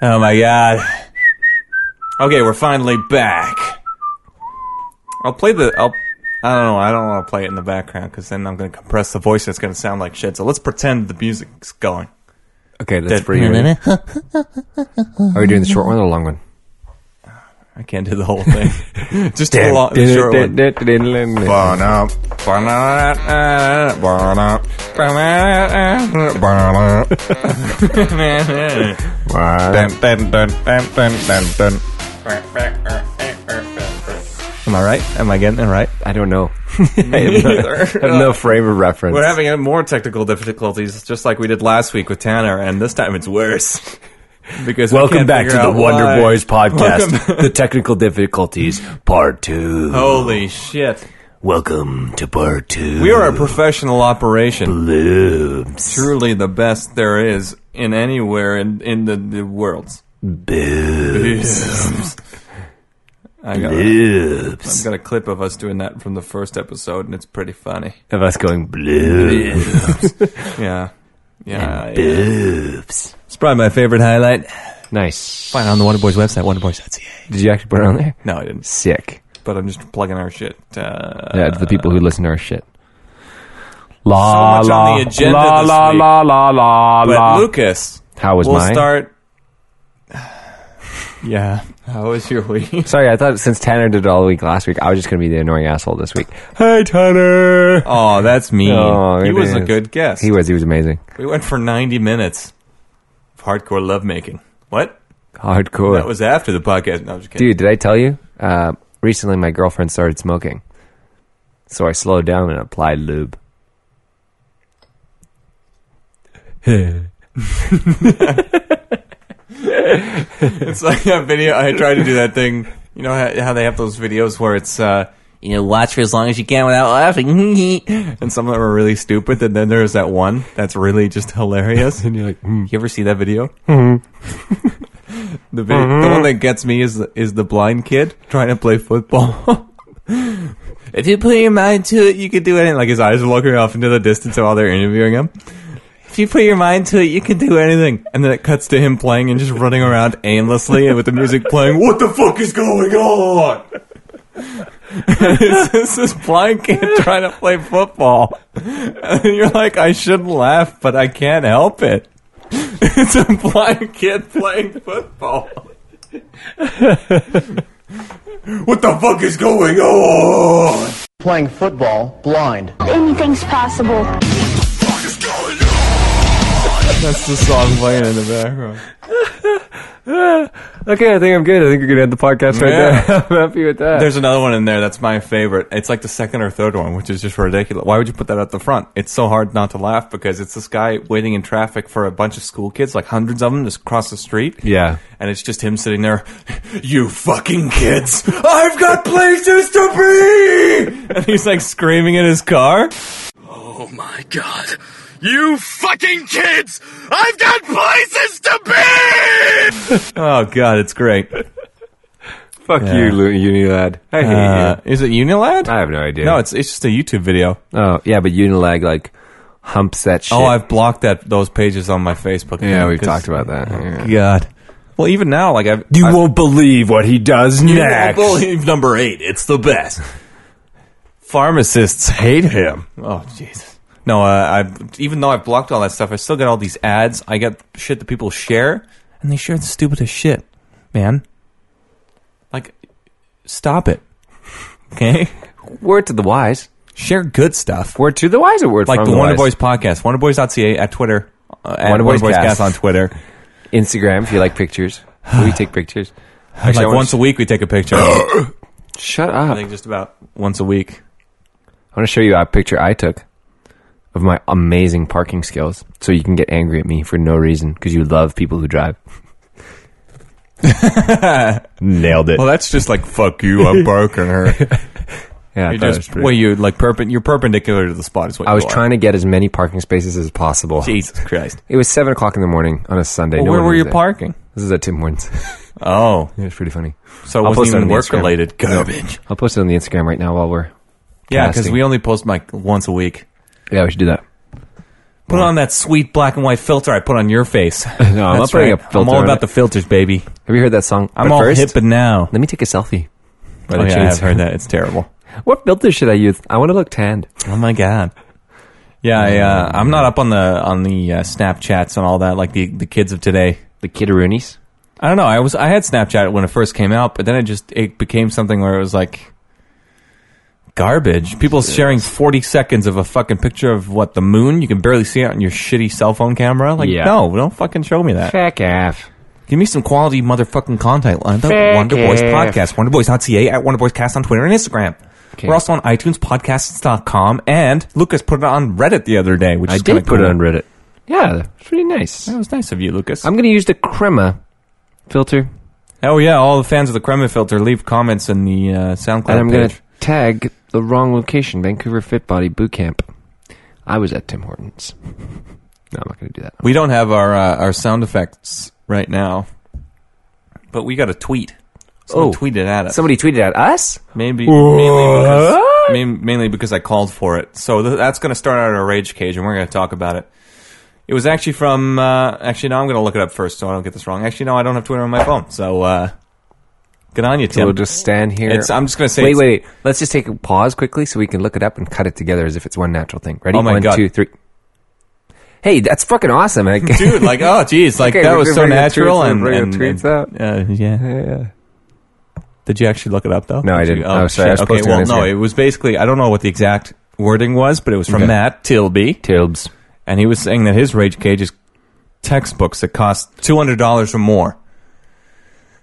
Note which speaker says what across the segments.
Speaker 1: Oh my god. Okay, we're finally back. I'll play the. I'll. I don't know. I don't want to play it in the background because then I'm going to compress the voice. It's going to sound like shit. So let's pretend the music's going.
Speaker 2: Okay, let's
Speaker 1: Dead-
Speaker 2: bring it in. Are we doing the short one or the long one?
Speaker 1: I can't do the whole thing. Just the, long, the short one.
Speaker 2: Fuck.
Speaker 1: Ba-na, ba-na, ba-na, ba-na, ba-na.
Speaker 2: Wow.
Speaker 1: Am I right? Am I getting it right?
Speaker 2: I don't know. I have no- I have no frame of reference.
Speaker 1: We're having more technical difficulties, just like we did last week with Tanner, and this time it's worse. Because we
Speaker 2: Welcome
Speaker 1: can't
Speaker 2: back to
Speaker 1: figure
Speaker 2: the
Speaker 1: out
Speaker 2: Wonder
Speaker 1: why.
Speaker 2: Boys podcast,
Speaker 1: Welcome- Uh,
Speaker 2: the technical difficulties part two.
Speaker 1: Holy shit!
Speaker 2: Welcome to part two.
Speaker 1: We are a professional operation,
Speaker 2: boobs,
Speaker 1: truly the best there is in anywhere in in the, the world.
Speaker 2: boobs,
Speaker 1: I got, a, I've
Speaker 2: boobs.
Speaker 1: got a clip of us doing that from the first episode, and it's pretty funny.
Speaker 2: Of us going boobs,
Speaker 1: Yeah, yeah. yeah.
Speaker 2: boobs.
Speaker 1: It's probably my favorite highlight.
Speaker 2: Nice.
Speaker 1: Find it on the Wonder Boys website, wonderboys.ca.
Speaker 2: Did you actually put it on there?
Speaker 1: No, I didn't.
Speaker 2: Sick.
Speaker 1: But I'm just plugging our shit. Uh,
Speaker 2: Yeah, to the people who listen to our shit.
Speaker 1: So
Speaker 2: La
Speaker 1: much
Speaker 2: la
Speaker 1: on the agenda
Speaker 2: la
Speaker 1: this
Speaker 2: la
Speaker 1: week.
Speaker 2: la la la
Speaker 1: But
Speaker 2: la.
Speaker 1: Lucas,
Speaker 2: How was
Speaker 1: we'll
Speaker 2: mine?
Speaker 1: start. yeah. How was your week?
Speaker 2: Sorry, I thought since Tanner did it all week last week, I was just going to be the annoying asshole this week. Hey, Tanner.
Speaker 1: Oh, that's mean.
Speaker 2: Oh,
Speaker 1: he
Speaker 2: it
Speaker 1: was a
Speaker 2: is.
Speaker 1: good guest.
Speaker 2: He was. He was amazing.
Speaker 1: we went for 90 minutes of hardcore lovemaking. What?
Speaker 2: Hardcore.
Speaker 1: That was after the podcast. No, I'm just kidding.
Speaker 2: Dude, did I tell you? Uh, recently, my girlfriend started smoking, so I slowed down and applied lube.
Speaker 1: It's like a video. I tried to do that thing. You know how, how they have those videos where it's, uh, you know, watch for as long as you can without laughing. and some of them are really stupid. And then there's that one that's really just hilarious.
Speaker 2: And you're like, hmm. Mm-hmm.
Speaker 1: You ever see that video? the video, the one that gets me is is the blind kid trying to play football. if you put your mind to it, you could do anything. Like his eyes are looking off into the distance while they're interviewing him. If you put your mind to it, you can do anything. And then it cuts to him playing and just running around aimlessly and with the music playing. What the fuck is going on? it's just this blind kid trying to play football. And you're like, I shouldn't laugh, but I can't help it. It's a blind kid playing football. what the fuck is going on?
Speaker 3: playing football blind.
Speaker 4: Anything's possible.
Speaker 1: That's the song playing in the background.
Speaker 2: okay, I think I'm good. I think we're gonna end the podcast right
Speaker 1: Yeah.
Speaker 2: there. I'm happy with that.
Speaker 1: There's another one in there that's my favorite. It's like the second or third one, which is just ridiculous. Why would you put that at the front? It's so hard not to laugh because it's this guy waiting in traffic for a bunch of school kids, like hundreds of them, just across the street.
Speaker 2: yeah,
Speaker 1: And it's just him sitting there, you fucking kids, I've got places to be! And he's like screaming in his car.
Speaker 5: Oh my god. You fucking kids! I've got places to be!
Speaker 1: Oh god, it's great.
Speaker 2: fuck
Speaker 1: Yeah.
Speaker 2: you, Lu- Unilag. I hate
Speaker 1: Uh, is it Unilad?
Speaker 2: you. I have no idea.
Speaker 1: no, it's it's just a YouTube video.
Speaker 2: oh yeah, but Unilag like humps that shit.
Speaker 1: Oh, I've blocked that those pages on my Facebook.
Speaker 2: yeah,
Speaker 1: now,
Speaker 2: we've
Speaker 1: 'cause-
Speaker 2: talked about that. Yeah.
Speaker 1: God. Well, even now, like I've I've-
Speaker 2: won't believe what he does
Speaker 1: You won't believe number eight. It's the best. Pharmacists hate him. Oh Jesus. No, uh, I even though I've blocked all that stuff, I still get all these ads. I get shit that people share, and they share the stupidest shit, man. Like, stop it. Okay,
Speaker 2: Word to the wise.
Speaker 1: share good stuff.
Speaker 2: Word to the wise. Or word
Speaker 1: like
Speaker 2: from
Speaker 1: the Wonder
Speaker 2: wise?
Speaker 1: Boys podcast, wonderboys.ca at Twitter, uh, at
Speaker 2: Wonder
Speaker 1: Wonder Boys,
Speaker 2: Boys
Speaker 1: Cast
Speaker 2: Cast.
Speaker 1: on Twitter.
Speaker 2: Instagram. If you like pictures, we take pictures. I
Speaker 1: like
Speaker 2: wanna-
Speaker 1: once a week we take a picture.
Speaker 2: Shut
Speaker 1: I
Speaker 2: up.
Speaker 1: think just about once a week.
Speaker 2: I want to show you a picture I took of my amazing parking skills so you can get angry at me for no reason because you love people who drive. Nailed it.
Speaker 1: Well, that's just like fuck you. I'm barking her.
Speaker 2: yeah, I
Speaker 1: You're
Speaker 2: thought it was
Speaker 1: just
Speaker 2: pretty-
Speaker 1: well, you like perpen- You're perpendicular to the spot. Is what
Speaker 2: I was
Speaker 1: you are.
Speaker 2: trying to get as many parking spaces as possible.
Speaker 1: Jesus Christ.
Speaker 2: It was 7 o'clock in the morning on a Sunday.
Speaker 1: Well,
Speaker 2: No
Speaker 1: where
Speaker 2: one
Speaker 1: were
Speaker 2: was
Speaker 1: you
Speaker 2: there.
Speaker 1: parking?
Speaker 2: This is at Tim Hortons.
Speaker 1: Oh,
Speaker 2: yeah, it's pretty funny.
Speaker 1: so it
Speaker 2: I'll
Speaker 1: wasn't
Speaker 2: post it
Speaker 1: even
Speaker 2: on the
Speaker 1: work
Speaker 2: Instagram.
Speaker 1: related. Garbage.
Speaker 2: I'll post it on the Instagram right now while we're.
Speaker 1: Yeah, because
Speaker 2: Casting.
Speaker 1: we only post like once a week.
Speaker 2: Yeah, we should do that.
Speaker 1: Put on that sweet black and white filter I put on your face. no,
Speaker 2: I'm not putting a filter
Speaker 1: I'm all
Speaker 2: on
Speaker 1: about
Speaker 2: it.
Speaker 1: the filters, baby.
Speaker 2: Have you heard that song?
Speaker 1: I'm
Speaker 2: But
Speaker 1: all
Speaker 2: first,
Speaker 1: hip and now.
Speaker 2: Let me take a selfie. By
Speaker 1: Oh,
Speaker 2: the
Speaker 1: yeah,
Speaker 2: chains.
Speaker 1: I've heard that. It's terrible.
Speaker 2: What filter should I use? I want to look tanned.
Speaker 1: Oh my god. Yeah, I, uh, I'm not up on the on the uh, Snapchats and all that like the the kids of today.
Speaker 2: The kiddaroonies?
Speaker 1: I don't know. I was I had Snapchat when it first came out, but then it just it became something where it was like garbage. People sharing 40 seconds of a fucking picture of what the moon. You can barely see it on your shitty cell phone camera. Like
Speaker 2: Yeah.
Speaker 1: no, don't fucking show me that.
Speaker 2: Fuck off.
Speaker 1: Give me some quality motherfucking content. on the
Speaker 2: Fuck
Speaker 1: Wonder Boys
Speaker 2: off.
Speaker 1: podcast, wonderboys.ca at wonderboyscast on Twitter and Instagram. We're also on iTunes, podcasts.com, and Lucas put it on Reddit the other day, which
Speaker 2: I
Speaker 1: is kinda
Speaker 2: did put
Speaker 1: cool.
Speaker 2: it on Reddit. Yeah, it's pretty nice.
Speaker 1: That was nice of you, Lucas.
Speaker 2: I'm going to use the crema filter,
Speaker 1: oh yeah, all the fans of the Kremlin filter leave comments in the uh, SoundCloud
Speaker 2: and I'm going
Speaker 1: page.
Speaker 2: to tag the wrong location, Vancouver Fit Body Boot Camp. I was at Tim Hortons. No, I'm not going to do that.
Speaker 1: We don't have our uh, our sound effects right now, but we got a tweet. Someone
Speaker 2: Oh.
Speaker 1: tweeted at us.
Speaker 2: Somebody tweeted at us?
Speaker 1: Maybe mainly because, main- mainly because I called for it. So th- that's going to start out our rage cage, and we're going to talk about it. It was actually from. Uh, actually, no, I'm going to look it up first, so I don't get this wrong. Actually, no, I don't have Twitter on my phone. So uh, good on you,
Speaker 2: So
Speaker 1: Tim.
Speaker 2: we'll just stand here.
Speaker 1: It's- I'm just gonna say
Speaker 2: Wait,
Speaker 1: it's-
Speaker 2: wait, wait. Let's just take a pause quickly so we can look it up and cut it together as if it's one natural thing. Ready?
Speaker 1: Oh my
Speaker 2: One,
Speaker 1: God.
Speaker 2: two, three. Hey, that's fucking awesome. I-
Speaker 1: dude. Like, oh, geez, like
Speaker 2: Okay,
Speaker 1: that
Speaker 2: we're
Speaker 1: was so
Speaker 2: bringing the
Speaker 1: natural.
Speaker 2: tweets-
Speaker 1: And,
Speaker 2: we're bringing
Speaker 1: and,
Speaker 2: the tweets
Speaker 1: and- uh, yeah.
Speaker 2: Yeah.
Speaker 1: Did you actually look it up though?
Speaker 2: No, I
Speaker 1: Did you- Oh,
Speaker 2: didn't. I was sorry, I
Speaker 1: shit.
Speaker 2: was
Speaker 1: okay,
Speaker 2: posting
Speaker 1: well,
Speaker 2: on
Speaker 1: no,
Speaker 2: Instagram.
Speaker 1: it was basically I don't know what the exact wording was, but it was from
Speaker 2: Okay.
Speaker 1: Matt Tilby,
Speaker 2: Tilbs.
Speaker 1: and he was saying that his rage cage is textbooks that cost two hundred dollars or more.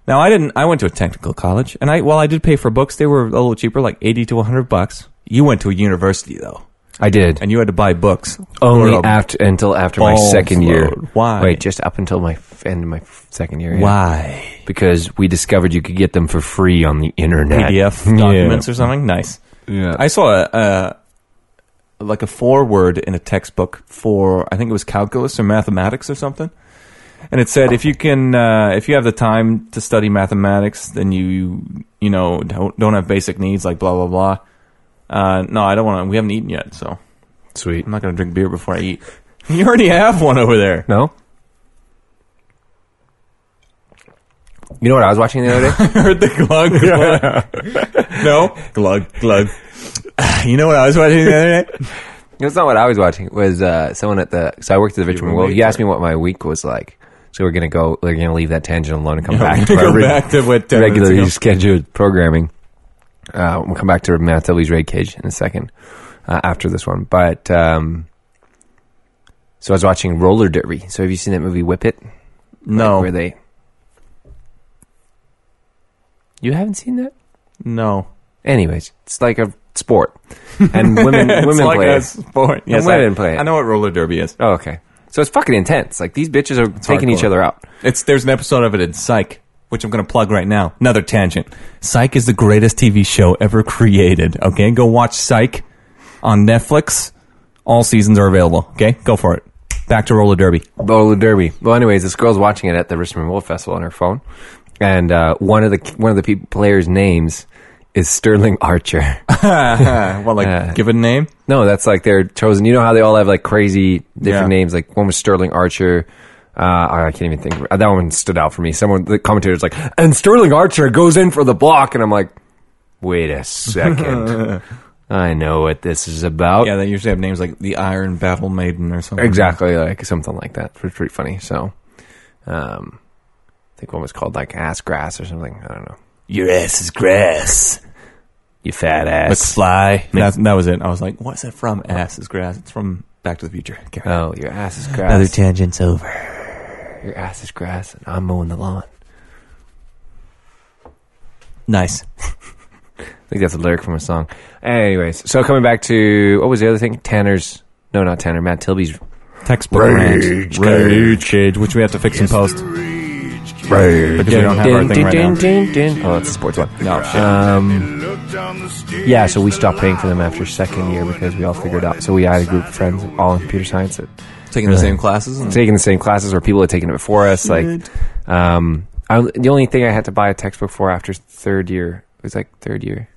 Speaker 1: Now, I didn't. I went to a technical college, and I while I did pay for books, they were a little cheaper, like eighty to one hundred bucks. You went to a university though,
Speaker 2: I did.
Speaker 1: and you had to buy books
Speaker 2: Only
Speaker 1: Or a-
Speaker 2: after until after my
Speaker 1: balls
Speaker 2: second year.
Speaker 1: load. Why?
Speaker 2: Wait, just up until my f- end of my f- second year. yeah.
Speaker 1: Why?
Speaker 2: Because we discovered you could get them for free on the internet.
Speaker 1: PDF documents or something. Nice.
Speaker 2: Yeah.
Speaker 1: I saw a, a like a foreword in a textbook for I think it was calculus or mathematics or something, and it said if you can uh, if you have the time to study mathematics, then you you know don't don't have basic needs like blah blah blah. Uh, no, I don't want to. We haven't eaten yet, so
Speaker 2: Sweet.
Speaker 1: I'm not going to drink beer before I eat. You already have one over there.
Speaker 2: No. You know what I was watching the other day?
Speaker 1: I heard the glug glug. no glug glug. You know what I was watching the other day?
Speaker 2: That's not what I was watching. It was uh, someone at the. So I worked at the Richmond World.
Speaker 1: roommate
Speaker 2: You asked me what my week was like. So we're gonna go. We're gonna leave that tangent alone and come back to
Speaker 1: Go
Speaker 2: our reg-
Speaker 1: back to what 10 minutes ago.
Speaker 2: regularly scheduled programming. Uh, we'll come back to Matt Tilly's raid cage in a second uh, after this one. But um, so I was watching roller derby. So have you seen that movie Whip It?
Speaker 1: No,
Speaker 2: Where they? You haven't seen that?
Speaker 1: no.
Speaker 2: Anyways, it's like a sport, and women
Speaker 1: It's
Speaker 2: women
Speaker 1: like
Speaker 2: play.
Speaker 1: a
Speaker 2: it.
Speaker 1: sport. Yes,
Speaker 2: women
Speaker 1: I,
Speaker 2: play it.
Speaker 1: I know what roller derby is.
Speaker 2: Oh, okay. So it's fucking intense. Like these bitches are taking each
Speaker 1: hardcore.
Speaker 2: other out.
Speaker 1: It's there's an episode of it in Psych, which I'm going to plug right now. Another tangent. Psych is the greatest TV show ever created. Okay, go watch Psych on Netflix. All seasons are available. Okay, go for it. Back to roller derby.
Speaker 2: roller derby. Well, anyways, this girl's watching it at the Richmond World Festival on her phone, and uh, one of the one of the peop players' names is Sterling Archer. Uh-huh.
Speaker 1: well, like give it a name.
Speaker 2: no, that's like they're chosen. You know how they all have like crazy different
Speaker 1: Yeah.
Speaker 2: names. Like one was Sterling Archer. Uh, I can't even think. of- That one stood out for me. Someone, the commentator's like, and Sterling Archer goes in for the block, and I'm like, wait a second. I know what this is about.
Speaker 1: Yeah, they usually have names like the Iron Battle Maiden or something.
Speaker 2: Exactly, like something like that. It's pretty funny. So, um, I think one was called like ass grass or something. I don't know.
Speaker 1: Your ass is grass.
Speaker 2: You fat
Speaker 1: Let's
Speaker 2: ass.
Speaker 1: fly. That, that was it. I was like, what's that from? Ass is grass. It's from Back to the Future. Okay.
Speaker 2: Oh, your ass is
Speaker 1: Another
Speaker 2: grass.
Speaker 1: tangent's over.
Speaker 2: your ass is grass, and I'm mowing the lawn.
Speaker 1: Nice.
Speaker 2: I think that's a lyric from a song. Anyways, so coming back to what was the other thing? Tanner's. No, not Tanner. Matt Tilby's.
Speaker 1: textbook rage, rage cage, which we have to fix and post because we don't have our thing right now.
Speaker 2: Oh, that's the sports one. Um,
Speaker 1: No, shit.
Speaker 2: Yeah, so we stopped paying for them after second year because we all figured out. So we had a group of friends all in computer science that
Speaker 1: taking the same classes. And
Speaker 2: taking the same classes or people had taken it before us. Like, um, I, the only thing I had to buy a textbook for after third year it was like third year.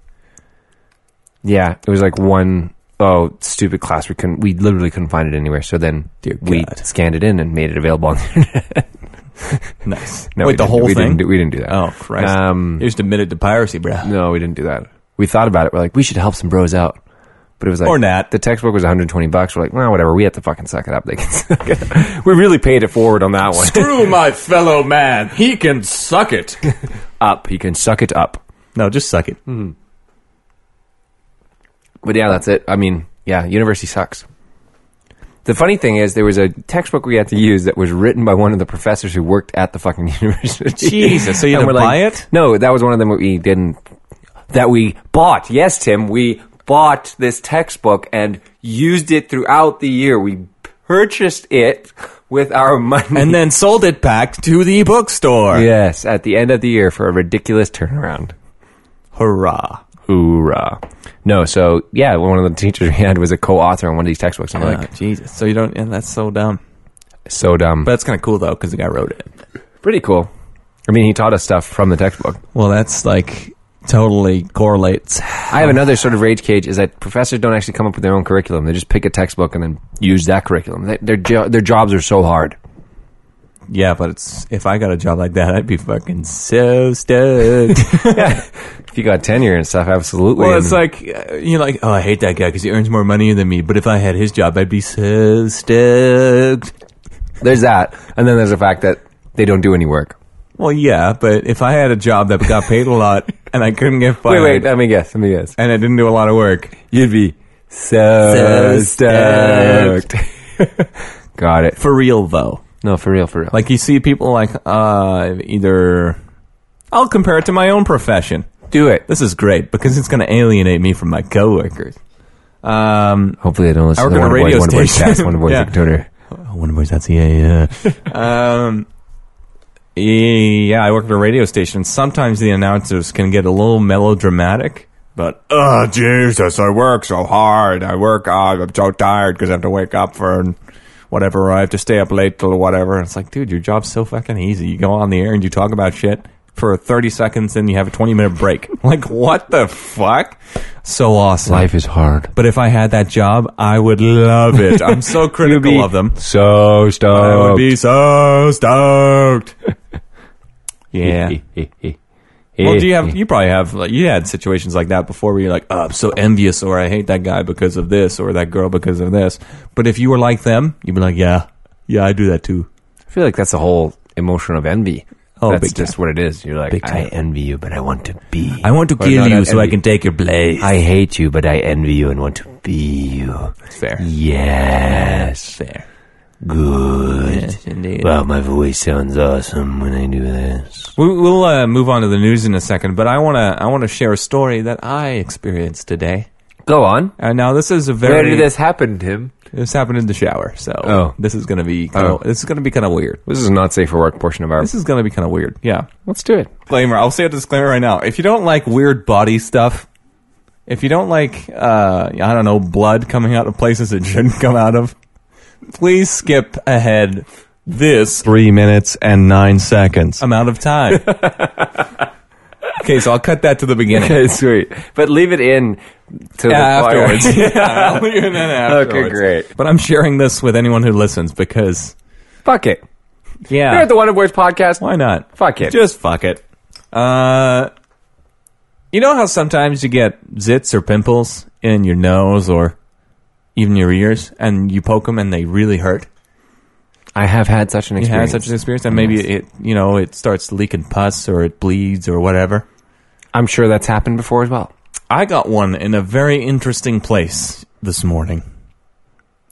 Speaker 2: Yeah, it was like one oh stupid class we couldn't we literally couldn't find it anywhere. So then
Speaker 1: Dear
Speaker 2: we
Speaker 1: God.
Speaker 2: scanned it in and made it available on the internet.
Speaker 1: Nice.
Speaker 2: No,
Speaker 1: Wait,
Speaker 2: we
Speaker 1: the
Speaker 2: didn't.
Speaker 1: whole
Speaker 2: we
Speaker 1: thing.
Speaker 2: Didn't do, we didn't do that.
Speaker 1: Oh Christ!
Speaker 2: Um,
Speaker 1: you just admitted to piracy, bruh.
Speaker 2: No, we didn't do that. We thought about it. We're like, we should help some bros out. But it was like,
Speaker 1: Or not.
Speaker 2: The textbook was 120 bucks. We're like, well, whatever. We have to fucking suck it up. They can suck it up. We really paid it forward on that one.
Speaker 1: Screw my fellow man. He can suck it.
Speaker 2: up. You can suck it up.
Speaker 1: No, just suck it.
Speaker 2: But yeah, that's it. I mean, yeah, university sucks. The funny thing is, there was a textbook we had to use that was written by one of the professors who worked at the fucking university.
Speaker 1: Jesus, so you
Speaker 2: And
Speaker 1: had to
Speaker 2: we're like,
Speaker 1: buy it?
Speaker 2: No, that was one of them we didn't. That we bought. Yes, Tim, we bought this textbook and used it throughout the year. We purchased it with our money.
Speaker 1: And then sold it back to the bookstore.
Speaker 2: yes, at the end of the year for a ridiculous turnaround.
Speaker 1: Hurrah.
Speaker 2: Hoorah. No, so yeah, one of the teachers we had was a co author on one of these textbooks. And we're like,
Speaker 1: oh, Jesus. So you don't, and that's so dumb.
Speaker 2: so dumb.
Speaker 1: But that's kind of cool, though, because the guy wrote it.
Speaker 2: pretty cool. I mean, he taught us stuff from the textbook.
Speaker 1: Well, that's like totally correlates.
Speaker 2: I have another sort of rage cage is that professors don't actually come up with their own curriculum. They just pick a textbook and then use that curriculum. They, their jo- their jobs are so hard.
Speaker 1: Yeah, but it's if I got a job like that, I'd be fucking so stoked.
Speaker 2: If you got tenure and stuff, absolutely.
Speaker 1: well,
Speaker 2: And
Speaker 1: it's like uh, you're like, oh, I hate that guy because he earns more money than me. But if I had his job, I'd be so stoked.
Speaker 2: there's that, and then there's the fact that they don't do any work.
Speaker 1: Well, yeah, but if I had a job that got paid a lot and I couldn't get
Speaker 2: Wait,
Speaker 1: fired,
Speaker 2: wait. Let me guess. Let me guess.
Speaker 1: and I didn't do a lot of work,
Speaker 2: You'd be so,
Speaker 1: So
Speaker 2: stoked. got it.
Speaker 1: for real though.
Speaker 2: No, for real, for real.
Speaker 1: Like you see people like uh, either I'll compare it to my own profession.
Speaker 2: do it.
Speaker 1: This is great because it's going to alienate me from my coworkers. Um,
Speaker 2: Hopefully, they don't listen
Speaker 1: I
Speaker 2: to
Speaker 1: work
Speaker 2: one
Speaker 1: at a
Speaker 2: boy,
Speaker 1: radio
Speaker 2: one boy,
Speaker 1: station.
Speaker 2: cast, one boy,
Speaker 1: Yeah.
Speaker 2: Twitter.
Speaker 1: oh, one of those that's yeah, yeah. um, yeah, I work at a radio station. Sometimes the announcers can get a little melodramatic, but oh Jesus, I work so hard. I work. hard. I'm so tired because I have to wake up for whatever. I have to stay up late till whatever. And it's like, dude, your job's so fucking easy. You go on the air and you talk about shit for 30 seconds, then you have a 20 minute break. like, what the fuck? So awesome.
Speaker 2: Life is hard.
Speaker 1: But if I had that job, I would love it. I'm so critical of them.
Speaker 2: So stoked.
Speaker 1: I would be so stoked. yeah. Well, do you have? You probably have. Like, you had situations like that before, where you're like, "Oh, I'm so envious," or "I hate that guy because of this," or "that girl because of this." But if you were like them, you'd be like, "Yeah, yeah, I do that too."
Speaker 2: I feel like that's the whole emotion of envy.
Speaker 1: Oh,
Speaker 2: that's
Speaker 1: big
Speaker 2: just what it is. You're like,
Speaker 1: Big
Speaker 2: I
Speaker 1: time.
Speaker 2: envy you, but I want to be.
Speaker 1: I want to
Speaker 2: Or
Speaker 1: kill
Speaker 2: no,
Speaker 1: you
Speaker 2: not
Speaker 1: so I
Speaker 2: envy.
Speaker 1: can take your place.
Speaker 2: I hate you, but I envy you and want to be you.
Speaker 1: fair.
Speaker 2: Yes,
Speaker 1: Fair.
Speaker 2: good.
Speaker 1: Yes, indeed.
Speaker 2: Wow, Oh, my voice sounds awesome when I do this.
Speaker 1: We- We'll uh, move on to the news in a second, but I wanna I wanna share a story that I experienced today.
Speaker 2: Go on.
Speaker 1: Uh, now this is a very
Speaker 2: Where did this happen, Tim?
Speaker 1: This happened in the shower, so
Speaker 2: Oh.
Speaker 1: this is gonna be kinda,
Speaker 2: Oh.
Speaker 1: this is gonna be kind of weird.
Speaker 2: This is not safe for work portion of our.
Speaker 1: This is gonna be kind of weird. Yeah.
Speaker 2: Let's do it.
Speaker 1: Disclaimer. I'll say a disclaimer right now. If you don't like weird body stuff, if you don't like uh, I don't know blood coming out of places it shouldn't come out of, please skip ahead this
Speaker 4: three minutes and nine seconds.
Speaker 1: amount of time. okay, so I'll cut that to the beginning.
Speaker 2: Okay, sweet. But leave it in to
Speaker 1: Uh,
Speaker 2: the
Speaker 1: afterwards.
Speaker 2: fireworks.
Speaker 1: Yeah, I'll leave it in afterwards.
Speaker 2: Okay, great.
Speaker 1: But I'm sharing this with anyone who listens because
Speaker 2: Fuck it.
Speaker 1: yeah,
Speaker 2: Here at the One of Boys podcast.
Speaker 1: Why not?
Speaker 2: Fuck it.
Speaker 1: Uh. Just fuck it. Uh, you know how sometimes you get zits or pimples in your nose or even your ears, and you poke them and they really hurt.
Speaker 2: I have had such an
Speaker 1: You
Speaker 2: experience.
Speaker 1: had such an experience, and maybe it, you know, it starts leaking pus or it bleeds or whatever.
Speaker 2: I'm sure that's happened before as well.
Speaker 1: I got one in a very interesting place this morning.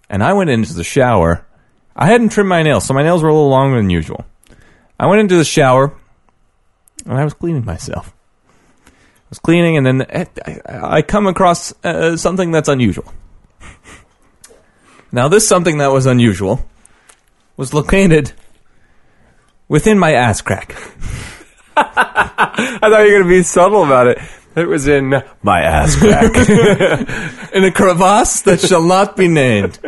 Speaker 1: And I went into the shower. I hadn't trimmed my nails, so my nails were a little longer than usual. I went into the shower and I was cleaning myself. I was cleaning, and then eh, I I come across uh, something that's unusual. Now, this something that was unusual was located within my ass crack.
Speaker 2: I thought you were going to be subtle about it. It was in my ass crack,
Speaker 1: In a crevasse that shall not be named.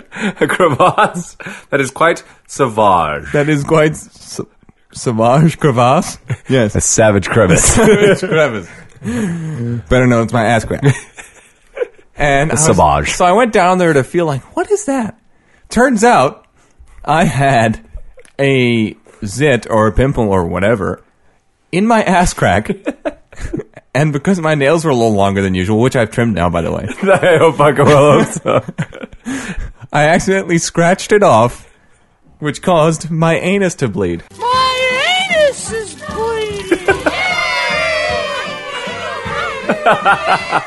Speaker 2: a crevasse that is quite savage.
Speaker 1: That is quite s- Savage Crevasse. Yes.
Speaker 2: A savage crevice.
Speaker 1: Savage Crevasse. Better known as my ass crack. And I was-
Speaker 2: Sauvage.
Speaker 1: So I went down there to feel like, what is that? Turns out I had a zit or a pimple or whatever in my ass crack. and because my nails were a little longer than usual, which I've trimmed now, by the way,
Speaker 2: I hope I go well.
Speaker 1: I accidentally scratched it off, which caused my anus to bleed.
Speaker 6: My anus is bleeding.